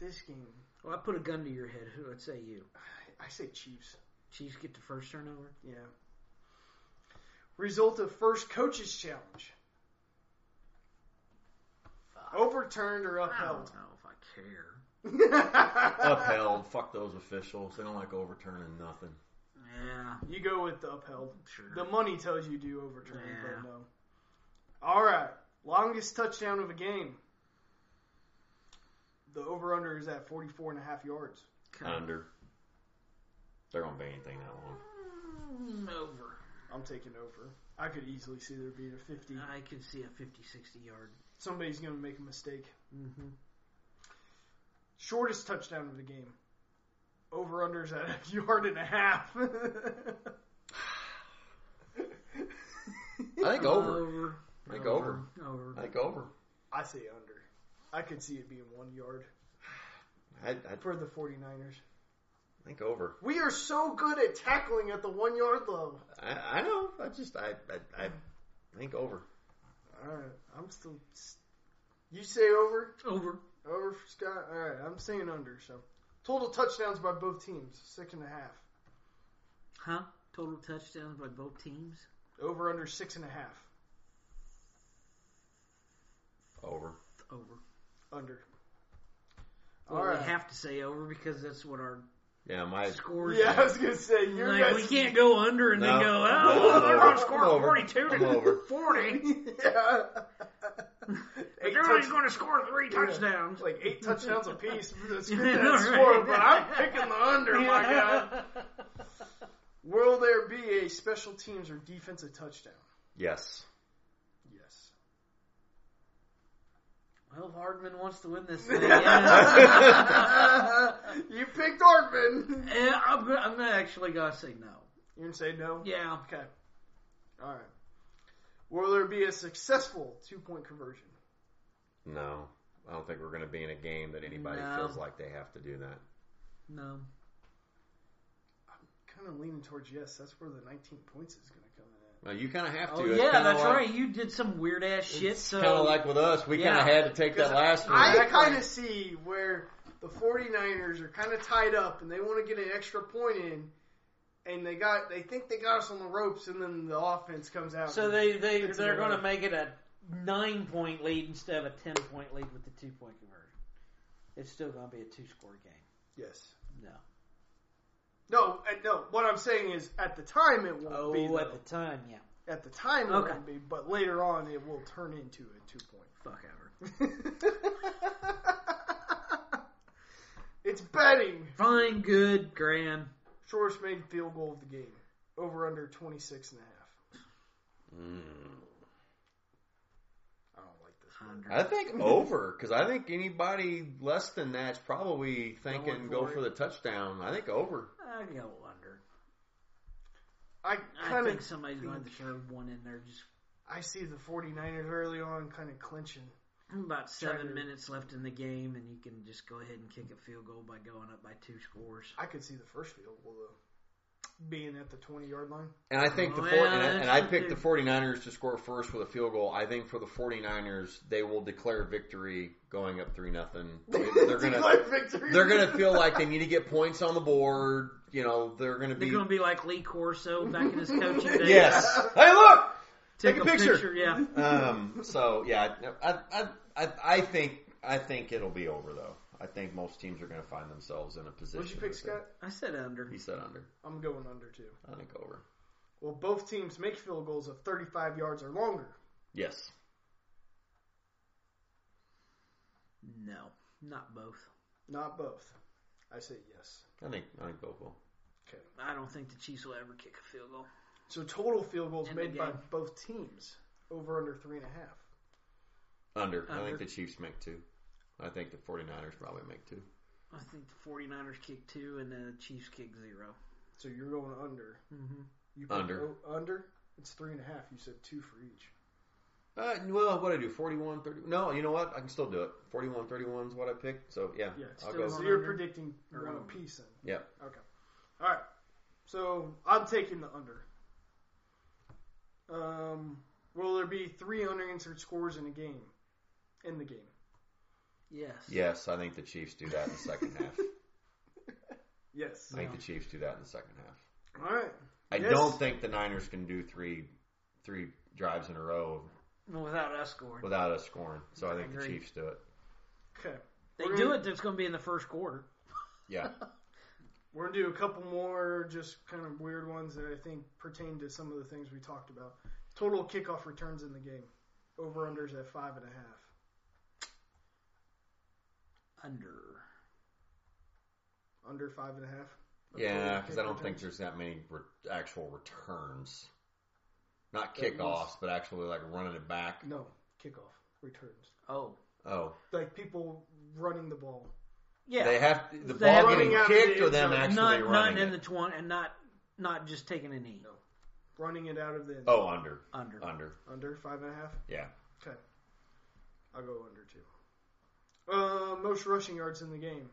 [SPEAKER 1] this game
[SPEAKER 3] Well, I put a gun to your head. Who would say you?
[SPEAKER 1] I, I say Chiefs.
[SPEAKER 3] Chiefs get the first turnover.
[SPEAKER 1] Yeah. Result of first coaches challenge. Overturned or
[SPEAKER 3] Oh, I don't
[SPEAKER 1] upheld?
[SPEAKER 3] know if I care.
[SPEAKER 2] Upheld. Fuck those officials. They don't like overturning nothing.
[SPEAKER 3] Yeah,
[SPEAKER 1] <laughs> You go with the upheld.
[SPEAKER 3] sure.
[SPEAKER 1] The money tells you do overturn,
[SPEAKER 3] Yeah.
[SPEAKER 1] but no. All right. Longest touchdown of a game. The over under is at 44 and a half yards.
[SPEAKER 3] Kind
[SPEAKER 2] Under. There won't be anything that long.
[SPEAKER 3] Mm, over.
[SPEAKER 1] I'm taking over. I could easily see there being a 50.
[SPEAKER 3] I could see a 50, 60 yard.
[SPEAKER 1] Somebody's going to make a mistake.
[SPEAKER 3] Mm-hmm.
[SPEAKER 1] Shortest touchdown of the game. Over unders at <laughs> a yard and a half. <laughs>
[SPEAKER 2] I think over.
[SPEAKER 3] Over.
[SPEAKER 2] I think over.
[SPEAKER 3] Over.
[SPEAKER 2] I think over.
[SPEAKER 1] I say under. I could see it being one yard
[SPEAKER 2] I, I
[SPEAKER 1] for the 49ers.
[SPEAKER 2] think over.
[SPEAKER 1] We are so good at tackling at the one yard level.
[SPEAKER 2] I, I know. I just I I, I think over.
[SPEAKER 1] All right, I'm still. You say over,
[SPEAKER 3] Over.
[SPEAKER 1] over for Scott. All right, I'm saying under. So total touchdowns by both teams, six and a half.
[SPEAKER 3] Huh? Total touchdowns by both teams.
[SPEAKER 1] Over under six and a half.
[SPEAKER 2] Over.
[SPEAKER 3] Over.
[SPEAKER 1] Under.
[SPEAKER 3] Well,
[SPEAKER 1] All right.
[SPEAKER 3] we have to say over because that's what our
[SPEAKER 2] Yeah, my
[SPEAKER 3] scores.
[SPEAKER 1] yeah, I
[SPEAKER 3] are.
[SPEAKER 1] was gonna say you're
[SPEAKER 3] Like, we can't go under and
[SPEAKER 2] No.
[SPEAKER 3] then go. Oh,
[SPEAKER 2] No, I'm
[SPEAKER 3] they're
[SPEAKER 2] over.
[SPEAKER 3] going to score
[SPEAKER 2] I'm over.
[SPEAKER 3] 42
[SPEAKER 2] I'm
[SPEAKER 3] to <laughs>
[SPEAKER 2] over.
[SPEAKER 3] 40.
[SPEAKER 1] <laughs> yeah.
[SPEAKER 3] <laughs>
[SPEAKER 1] Eight
[SPEAKER 3] They're only
[SPEAKER 1] touch-
[SPEAKER 3] going to score three
[SPEAKER 1] Yeah.
[SPEAKER 3] touchdowns.
[SPEAKER 1] like eight touchdowns
[SPEAKER 3] <laughs>
[SPEAKER 1] apiece. That's
[SPEAKER 3] Yeah,
[SPEAKER 1] good that
[SPEAKER 3] all right.
[SPEAKER 1] score, but I'm picking the under. My
[SPEAKER 3] <laughs>
[SPEAKER 1] God, will there be a special teams or defensive touchdown?
[SPEAKER 2] yes.
[SPEAKER 1] Yes.
[SPEAKER 3] Well, Hardman wants to win
[SPEAKER 1] <laughs>
[SPEAKER 3] this thing. Yeah.
[SPEAKER 1] you picked Ortman.
[SPEAKER 3] Eh, I'm, go- I'm actually going to say no.
[SPEAKER 1] You're gonna say no?
[SPEAKER 3] Yeah.
[SPEAKER 1] Okay. All right. Will there be a successful two point conversion?
[SPEAKER 2] No. I don't think we're going to be in a game that anybody
[SPEAKER 3] No.
[SPEAKER 2] feels like they have to do that.
[SPEAKER 3] No.
[SPEAKER 1] Kind of leaning towards yes. That's where the 19 points is gonna come in. At.
[SPEAKER 2] Well, you kind of have to.
[SPEAKER 3] Oh
[SPEAKER 2] It's
[SPEAKER 3] yeah,
[SPEAKER 2] kinda
[SPEAKER 3] that's
[SPEAKER 2] like-
[SPEAKER 3] right. You did some weird ass shit.
[SPEAKER 2] It's
[SPEAKER 3] So
[SPEAKER 2] kind of like with us. We
[SPEAKER 3] Yeah.
[SPEAKER 2] kind of had to take that last one.
[SPEAKER 1] I
[SPEAKER 3] Exactly.
[SPEAKER 1] kind of see where the 49ers are kind of tied up and they want to get an extra point in, and they got they think they got us on the ropes, and then the offense comes out.
[SPEAKER 3] so they they
[SPEAKER 1] It's
[SPEAKER 3] they're
[SPEAKER 1] in a row.
[SPEAKER 3] going to make it a nine point lead instead of a ten point lead with the two point conversion. It's still going to be a two score game.
[SPEAKER 1] yes.
[SPEAKER 3] No.
[SPEAKER 1] No, uh, no. What I'm saying is, at the time it won't
[SPEAKER 3] Oh,
[SPEAKER 1] be. though.
[SPEAKER 3] at the time, yeah.
[SPEAKER 1] At the time, it
[SPEAKER 3] Okay.
[SPEAKER 1] won't be, but later on, it will turn into a two
[SPEAKER 3] Fuck ever.
[SPEAKER 1] point. <laughs> it's betting.
[SPEAKER 3] Fine, good, grand.
[SPEAKER 1] Shortest made field goal of the game. Over under 26 and a half.
[SPEAKER 2] Mm.
[SPEAKER 1] I don't like this one.
[SPEAKER 3] Under.
[SPEAKER 2] I think over because I think anybody less than that's probably
[SPEAKER 1] Going
[SPEAKER 2] thinking
[SPEAKER 1] for
[SPEAKER 2] go
[SPEAKER 1] it.
[SPEAKER 2] for the touchdown. I think over.
[SPEAKER 3] I go under.
[SPEAKER 1] I
[SPEAKER 3] I
[SPEAKER 1] kind
[SPEAKER 3] think
[SPEAKER 1] of
[SPEAKER 3] somebody's going to throw one in there. Just
[SPEAKER 1] I see the 49ers early on kind of clinching. Trying
[SPEAKER 3] About seven
[SPEAKER 1] to-
[SPEAKER 3] minutes left in the game, and you can just go ahead and kick a field goal by going up by two scores.
[SPEAKER 1] I could see the first field goal though, being at the twenty yard line.
[SPEAKER 2] And I think the
[SPEAKER 3] Well,
[SPEAKER 2] four, and, I,
[SPEAKER 3] that's
[SPEAKER 2] and I
[SPEAKER 3] what
[SPEAKER 2] picked
[SPEAKER 3] they-
[SPEAKER 2] the 49ers to score first with a field goal. I think for the 49ers, they will declare victory going up 3 nothing. They're going to
[SPEAKER 1] Declare victory.
[SPEAKER 2] they're going to
[SPEAKER 1] <laughs>
[SPEAKER 2] feel like they need to get points on the board. You know, they're going to
[SPEAKER 3] They're
[SPEAKER 2] be
[SPEAKER 3] going to be like Lee Corso back in his coaching
[SPEAKER 1] <laughs>
[SPEAKER 3] days.
[SPEAKER 2] <laughs> Yes. Hey, look.
[SPEAKER 3] Take,
[SPEAKER 2] Take
[SPEAKER 3] a
[SPEAKER 2] a
[SPEAKER 3] picture.
[SPEAKER 2] picture.
[SPEAKER 3] Yeah.
[SPEAKER 2] Um, so yeah, I, I, I, I think I think it'll be over though. I think most teams are going to find themselves in a position.
[SPEAKER 1] What'd you pick,
[SPEAKER 2] that they-
[SPEAKER 1] Scott?
[SPEAKER 3] I said under.
[SPEAKER 2] He said under.
[SPEAKER 1] I'm going under two.
[SPEAKER 2] I think over.
[SPEAKER 1] Well, both teams make field goals of 35 yards or longer.
[SPEAKER 2] Yes.
[SPEAKER 3] No, not both.
[SPEAKER 1] Not both. I say yes.
[SPEAKER 2] I think I think both will.
[SPEAKER 3] I don't think the Chiefs will ever kick a field goal.
[SPEAKER 1] So total field goals
[SPEAKER 3] In the
[SPEAKER 1] made by
[SPEAKER 3] game.
[SPEAKER 1] both teams over under three and a half.
[SPEAKER 2] Under. I
[SPEAKER 3] Under.
[SPEAKER 2] think the Chiefs make two. I think the 49ers probably make two.
[SPEAKER 3] I think the 49ers kick two and the Chiefs kick 0
[SPEAKER 1] So you're going under.
[SPEAKER 3] Mm-hmm.
[SPEAKER 1] You
[SPEAKER 2] Under.
[SPEAKER 1] o- under. It's three and a half. You said two for each.
[SPEAKER 2] Uh, well, what I do? 41, 30. No, you know what? I can still do it. 41, 31 is what I picked. So yeah,
[SPEAKER 1] Yeah, it's
[SPEAKER 2] I'll
[SPEAKER 3] still
[SPEAKER 2] go.
[SPEAKER 1] So
[SPEAKER 3] on
[SPEAKER 1] you're
[SPEAKER 3] under.
[SPEAKER 1] predicting
[SPEAKER 3] Or
[SPEAKER 1] one
[SPEAKER 3] over.
[SPEAKER 1] apiece then.
[SPEAKER 2] Yep.
[SPEAKER 1] Okay. All right. So I'm taking the under. Um, will there be three unanswered scores in a game? In the game.
[SPEAKER 3] Yes.
[SPEAKER 2] Yes, I think the Chiefs do that in the second <laughs> half.
[SPEAKER 1] Yes.
[SPEAKER 2] I think the Chiefs do that in the second half.
[SPEAKER 1] All right.
[SPEAKER 2] I
[SPEAKER 1] Yes.
[SPEAKER 2] don't think the Niners can do three three drives in a row
[SPEAKER 3] Well, Without us scoring.
[SPEAKER 2] without us scoring. So I think the
[SPEAKER 3] Agreed.
[SPEAKER 2] Chiefs do it.
[SPEAKER 1] Okay.
[SPEAKER 3] They do it, it's going to be in the first quarter.
[SPEAKER 2] Yeah.
[SPEAKER 1] We're gonna do a couple more, just kind of weird ones that I think pertain to some of the things we talked about. Total kickoff returns in the game. Over unders at five and a half.
[SPEAKER 3] Under.
[SPEAKER 1] Under five and a half.
[SPEAKER 2] Yeah,
[SPEAKER 1] Total
[SPEAKER 2] because I
[SPEAKER 1] kick
[SPEAKER 2] don't think
[SPEAKER 1] returns.
[SPEAKER 2] there's that many re- actual returns. Not
[SPEAKER 1] That
[SPEAKER 2] kickoffs,
[SPEAKER 1] means-
[SPEAKER 2] but actually like running it back.
[SPEAKER 1] no kickoff returns.
[SPEAKER 3] Oh.
[SPEAKER 2] Oh,
[SPEAKER 1] Like people running the ball.
[SPEAKER 3] Yeah.
[SPEAKER 2] they have the
[SPEAKER 3] They
[SPEAKER 2] ball
[SPEAKER 3] have-
[SPEAKER 2] getting
[SPEAKER 1] Running out of
[SPEAKER 2] kicked
[SPEAKER 1] the
[SPEAKER 2] or
[SPEAKER 1] end
[SPEAKER 2] them
[SPEAKER 1] zone.
[SPEAKER 2] actually
[SPEAKER 3] not, not
[SPEAKER 2] running.
[SPEAKER 3] in
[SPEAKER 2] it?
[SPEAKER 3] the 20, and not, not just taking a knee.
[SPEAKER 1] No. Running it out of the end.
[SPEAKER 2] Oh, under,
[SPEAKER 3] Under.
[SPEAKER 2] under.
[SPEAKER 1] Under five and a half?
[SPEAKER 2] Oh. Yeah.
[SPEAKER 1] Okay. I'll go under two. Uh, most rushing yards in the game.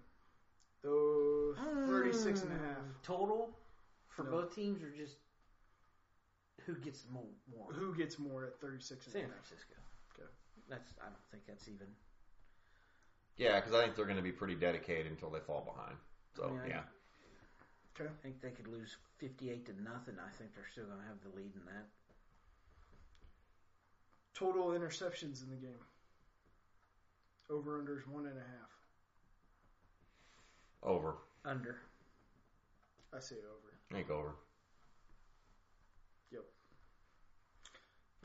[SPEAKER 1] Though 36 and a half.
[SPEAKER 3] Mm, Total for
[SPEAKER 1] No.
[SPEAKER 3] both teams or just who gets more? more?
[SPEAKER 1] Who gets more at 36 and a
[SPEAKER 3] San
[SPEAKER 1] half?
[SPEAKER 3] Francisco.
[SPEAKER 1] Okay.
[SPEAKER 3] That's. I don't think that's even.
[SPEAKER 2] Yeah, because I think they're going to be pretty dedicated until they fall behind. So
[SPEAKER 3] Yeah.
[SPEAKER 2] yeah,
[SPEAKER 1] Okay.
[SPEAKER 3] I think they could lose fifty-eight to nothing. I think they're still going to have the lead in that.
[SPEAKER 1] Total interceptions in the game. Over under is one and a half.
[SPEAKER 2] over.
[SPEAKER 3] Under.
[SPEAKER 1] I say over.
[SPEAKER 2] I think over.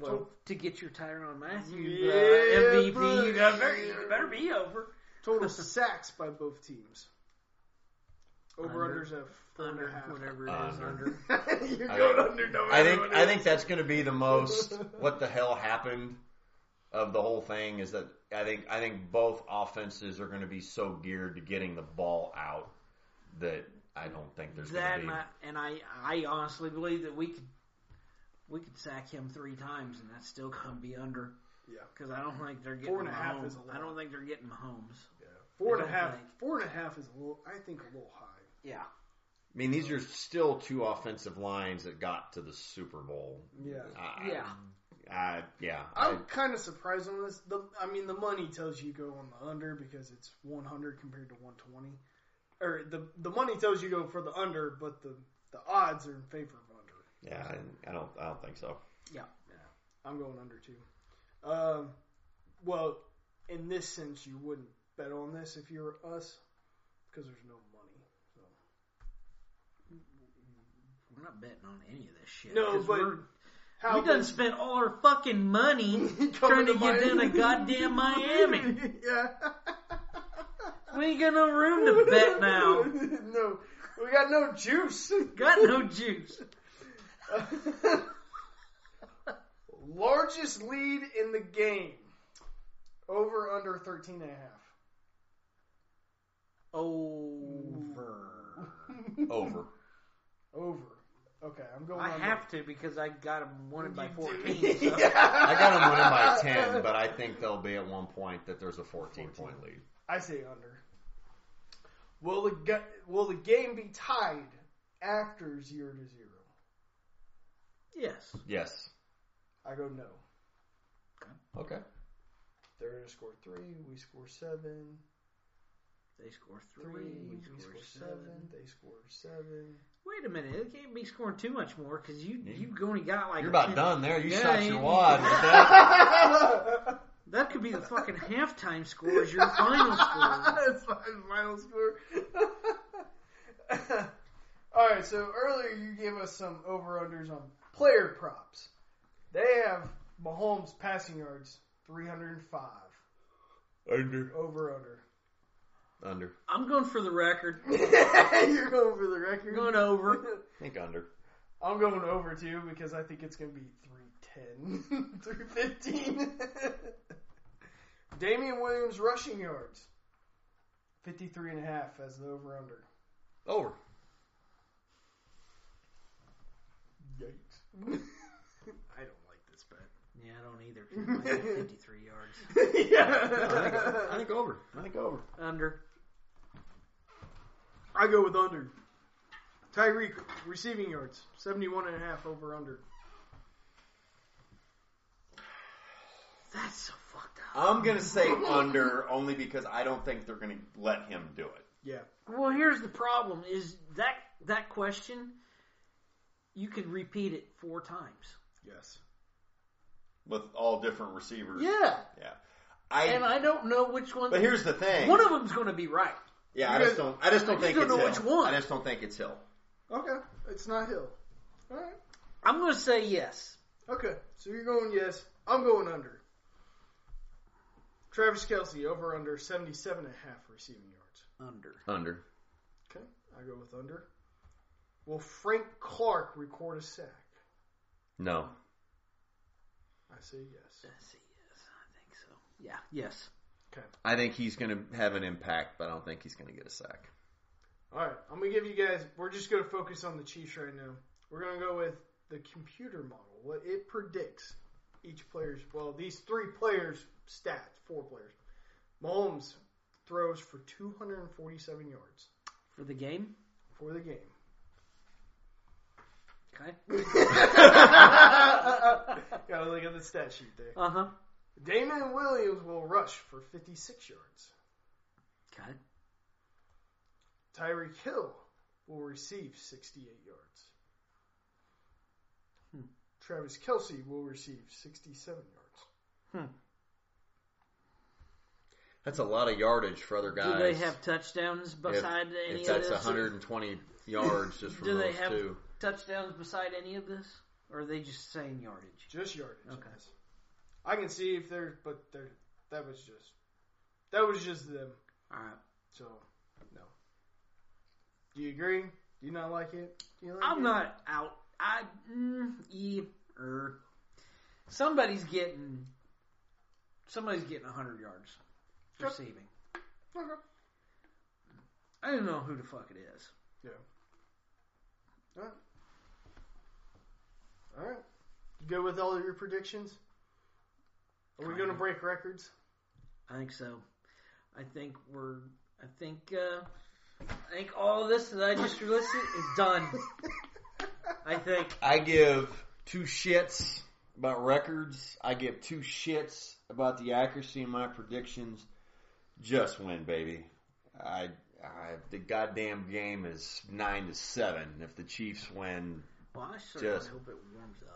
[SPEAKER 3] Well,
[SPEAKER 1] Well-
[SPEAKER 3] to get your Tyron Matthew
[SPEAKER 1] Yeah,
[SPEAKER 3] uh, MVP,
[SPEAKER 1] buddy.
[SPEAKER 3] you better, you better be over.
[SPEAKER 1] <laughs> Total sacks by both teams. Over
[SPEAKER 3] Under.
[SPEAKER 1] under's at four and a
[SPEAKER 3] Under,
[SPEAKER 1] half.
[SPEAKER 3] whatever it is,
[SPEAKER 2] Under.
[SPEAKER 3] under.
[SPEAKER 1] <laughs> You're
[SPEAKER 2] I
[SPEAKER 1] going
[SPEAKER 2] think-
[SPEAKER 1] under no
[SPEAKER 2] I
[SPEAKER 1] matter
[SPEAKER 2] think
[SPEAKER 1] what
[SPEAKER 2] I
[SPEAKER 1] it
[SPEAKER 2] think
[SPEAKER 1] is.
[SPEAKER 2] that's going to be the
[SPEAKER 3] <laughs>
[SPEAKER 2] most what the hell happened of the whole thing is that I think I think both offenses are going to be so geared to getting the ball out that I don't think there's
[SPEAKER 3] That
[SPEAKER 2] going to
[SPEAKER 3] and
[SPEAKER 2] be.
[SPEAKER 3] I, and I, I honestly believe that we could, we could sack him three times and that's still going to be under.
[SPEAKER 1] Yeah.
[SPEAKER 3] Because I don't think they're getting
[SPEAKER 1] Four and a half
[SPEAKER 3] Mahomes.
[SPEAKER 1] is a lot.
[SPEAKER 3] I don't think they're getting Mahomes.
[SPEAKER 1] Four
[SPEAKER 3] I
[SPEAKER 1] and a
[SPEAKER 3] don't
[SPEAKER 1] half.
[SPEAKER 3] think-
[SPEAKER 1] Four and a half is a little. I think a little high.
[SPEAKER 3] Yeah.
[SPEAKER 2] I mean, these are still two offensive lines that got to the Super Bowl.
[SPEAKER 1] Yeah.
[SPEAKER 2] I,
[SPEAKER 3] Yeah. Oh,
[SPEAKER 2] I, yeah. I,
[SPEAKER 1] I'm kind of surprised on this. The, I mean, the money tells you go on the under because it's 100 compared to 120, or the the money tells you go for the under, but the the odds are in favor of under.
[SPEAKER 2] yeah. I, I don't. I don't think so.
[SPEAKER 1] I'm going under too. Um, well, in this sense, you wouldn't bet on this if you're us because there's no money.
[SPEAKER 3] We're not betting on any of this shit.
[SPEAKER 1] No,
[SPEAKER 3] 'cause
[SPEAKER 1] but
[SPEAKER 3] we're-
[SPEAKER 1] How
[SPEAKER 3] we done <laughs>
[SPEAKER 1] does-
[SPEAKER 3] spent all our fucking
[SPEAKER 1] <laughs>
[SPEAKER 3] money trying
[SPEAKER 1] Coming
[SPEAKER 3] to get
[SPEAKER 1] Miami.
[SPEAKER 3] down to
[SPEAKER 1] <laughs>
[SPEAKER 3] goddamn Miami.
[SPEAKER 1] yeah.
[SPEAKER 3] We ain't got no room to bet now.
[SPEAKER 1] <laughs> no, we got no juice. <laughs>
[SPEAKER 3] Got no juice.
[SPEAKER 1] Largest lead in the game. Over under 13 and a half.
[SPEAKER 3] Over.
[SPEAKER 2] Over.
[SPEAKER 1] Over. Okay, I'm going.
[SPEAKER 3] I
[SPEAKER 1] on
[SPEAKER 3] have to because I got them winning by
[SPEAKER 1] You
[SPEAKER 3] 14.
[SPEAKER 1] did. <laughs>
[SPEAKER 3] So.
[SPEAKER 2] I got them winning by ten, but I think they'll be at one point that there's a 14 point lead.
[SPEAKER 1] I say under. Will the ga- will the game be tied after zero to zero?
[SPEAKER 3] Yes.
[SPEAKER 2] Yes.
[SPEAKER 1] I go no.
[SPEAKER 2] Okay.
[SPEAKER 1] They're gonna score three. We score seven.
[SPEAKER 3] They score three.
[SPEAKER 1] Three.
[SPEAKER 3] we
[SPEAKER 1] We
[SPEAKER 3] score
[SPEAKER 1] score seven. They score seven.
[SPEAKER 3] Wait a minute. It can't be scoring too much more because you,
[SPEAKER 2] Yeah.
[SPEAKER 3] you've only got like.
[SPEAKER 2] You're
[SPEAKER 3] a
[SPEAKER 2] about
[SPEAKER 3] 10
[SPEAKER 2] done there. You
[SPEAKER 3] Yeah,
[SPEAKER 2] shot
[SPEAKER 3] you-
[SPEAKER 1] <laughs>
[SPEAKER 3] <laughs>
[SPEAKER 2] your wad. with that.
[SPEAKER 1] That's
[SPEAKER 3] That could be the fucking halftime score is your
[SPEAKER 1] <laughs>
[SPEAKER 3] final score.
[SPEAKER 1] my final score. <laughs> All right. So earlier you gave us some over unders on player props. They have Mahomes passing yards 305
[SPEAKER 2] Under.
[SPEAKER 1] over under.
[SPEAKER 2] Under.
[SPEAKER 3] I'm going for the record.
[SPEAKER 1] <laughs> You're going for the record.
[SPEAKER 3] Going over.
[SPEAKER 1] <laughs>
[SPEAKER 2] I think under.
[SPEAKER 1] I'm going over too because I think it's going to be <laughs> 310, 315. <laughs> Damian Williams rushing yards. 53 and a half as the over under.
[SPEAKER 2] Over.
[SPEAKER 1] <laughs> Yikes. I don't like this bet.
[SPEAKER 3] Yeah, I don't either. 'cause I got 53 yards.
[SPEAKER 2] I think, I
[SPEAKER 1] yeah.
[SPEAKER 2] think over. I think over.
[SPEAKER 3] Under.
[SPEAKER 1] <laughs> I go with under. Tyreek receiving yards. 71 and a half over under.
[SPEAKER 3] That's so fucked up.
[SPEAKER 2] I'm gonna say under only because I don't think they're gonna let him do it.
[SPEAKER 1] Yeah.
[SPEAKER 3] Well, here's the problem: is that that question you could repeat it four times.
[SPEAKER 1] Yes.
[SPEAKER 2] with all different receivers.
[SPEAKER 3] Yeah,
[SPEAKER 2] I,
[SPEAKER 3] and I don't know which one.
[SPEAKER 2] but here's the thing.
[SPEAKER 3] one of them's going to be right.
[SPEAKER 2] yeah, I just don't. I just don't
[SPEAKER 3] I
[SPEAKER 2] think
[SPEAKER 3] just don't
[SPEAKER 2] it's
[SPEAKER 3] know
[SPEAKER 2] Hill.
[SPEAKER 3] which one.
[SPEAKER 2] I just don't think it's Hill.
[SPEAKER 1] Okay. It's not Hill. All right.
[SPEAKER 3] I'm going to say yes.
[SPEAKER 1] Okay, so you're going yes. I'm going under. Travis Kelsey over under 77 and a half receiving yards.
[SPEAKER 3] Under.
[SPEAKER 2] Under.
[SPEAKER 1] Okay, I go with under. Will Frank Clark record a sack?
[SPEAKER 2] No.
[SPEAKER 1] I say yes.
[SPEAKER 3] I say yes. I think so. Yeah. Yes.
[SPEAKER 2] I think he's gonna have an impact, but I don't think he's gonna get a sack.
[SPEAKER 1] All right, I'm gonna give you guys. We're just gonna focus on the Chiefs right now. We're gonna go with the computer model. What it predicts each player's well, these three players' stats, four players. Mahomes throws for 247 yards
[SPEAKER 3] For the game.
[SPEAKER 1] for the game. <laughs>
[SPEAKER 3] Okay.
[SPEAKER 1] Gotta look at the stat sheet there.
[SPEAKER 3] Uh huh.
[SPEAKER 1] Damon Williams will rush for 56 yards.
[SPEAKER 3] Okay.
[SPEAKER 1] Tyreek Hill will receive 68 yards.
[SPEAKER 3] Hmm.
[SPEAKER 1] Travis Kelsey will receive 67 yards.
[SPEAKER 2] That's a lot of yardage for other guys.
[SPEAKER 3] Do they have touchdowns beside any
[SPEAKER 2] if
[SPEAKER 3] of
[SPEAKER 2] that's
[SPEAKER 3] this?
[SPEAKER 2] 120 yards just from
[SPEAKER 3] Do they
[SPEAKER 2] those
[SPEAKER 3] have-
[SPEAKER 2] two.
[SPEAKER 3] Touchdowns beside any of this, or are they just saying yardage?
[SPEAKER 1] Just yardage.
[SPEAKER 3] Okay.
[SPEAKER 1] yes. I can see if they're, but they're, that was just, that was just them.
[SPEAKER 3] All right.
[SPEAKER 1] So, no. Do you agree? Do you not like it? Do you like
[SPEAKER 3] I'm
[SPEAKER 1] it?
[SPEAKER 3] not out. I mm, e er. Somebody's getting. Somebody's getting 100 yards
[SPEAKER 1] Yep.
[SPEAKER 3] receiving.
[SPEAKER 1] Okay.
[SPEAKER 3] I don't know who the fuck it is.
[SPEAKER 1] All right. You good with all of your predictions? Are we
[SPEAKER 3] Kinda.
[SPEAKER 1] going to break records?
[SPEAKER 3] I think so. I think we're. I think. Uh, I think all this that I just listed is
[SPEAKER 1] <laughs>
[SPEAKER 3] done. I think.
[SPEAKER 2] I give two shits about records. I give two shits about the accuracy in my predictions. Just win, baby. I, I the goddamn game is nine to seven. If the Chiefs win,
[SPEAKER 3] Well, I certainly
[SPEAKER 2] Just-
[SPEAKER 3] hope it warms up.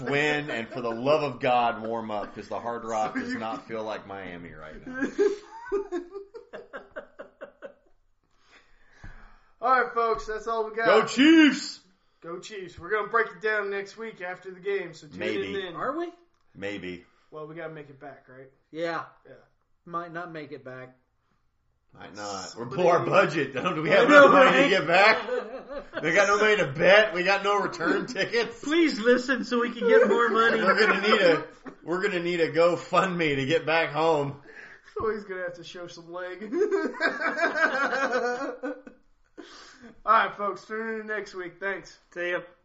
[SPEAKER 3] <laughs>
[SPEAKER 2] win, and for the love of God, warm up because the Hard Rock does not feel like Miami right now.
[SPEAKER 1] all right, folks. That's all we got.
[SPEAKER 2] Go Chiefs!
[SPEAKER 1] Go Chiefs. We're going to break it down next week after the game, so tune
[SPEAKER 2] Maybe.
[SPEAKER 1] in then.
[SPEAKER 3] <laughs> Are we?
[SPEAKER 2] Maybe
[SPEAKER 1] Well, we got to make it back, right? <laughs>
[SPEAKER 3] Yeah.
[SPEAKER 1] Yeah.
[SPEAKER 3] Might not make it
[SPEAKER 2] <laughs>
[SPEAKER 3] back.
[SPEAKER 2] might not. We're below our budget. <laughs> Do we have
[SPEAKER 3] I know,
[SPEAKER 2] no money to
[SPEAKER 3] right?
[SPEAKER 2] get back? We got no money to bet. We got no return tickets.
[SPEAKER 3] <laughs> Please listen so we can get more money.
[SPEAKER 2] we're gonna need a we're gonna need a GoFundMe to get back home.
[SPEAKER 1] <laughs> Oh, he's going to have to show some leg. All right, folks. Tune in next week. Thanks.
[SPEAKER 3] See ya.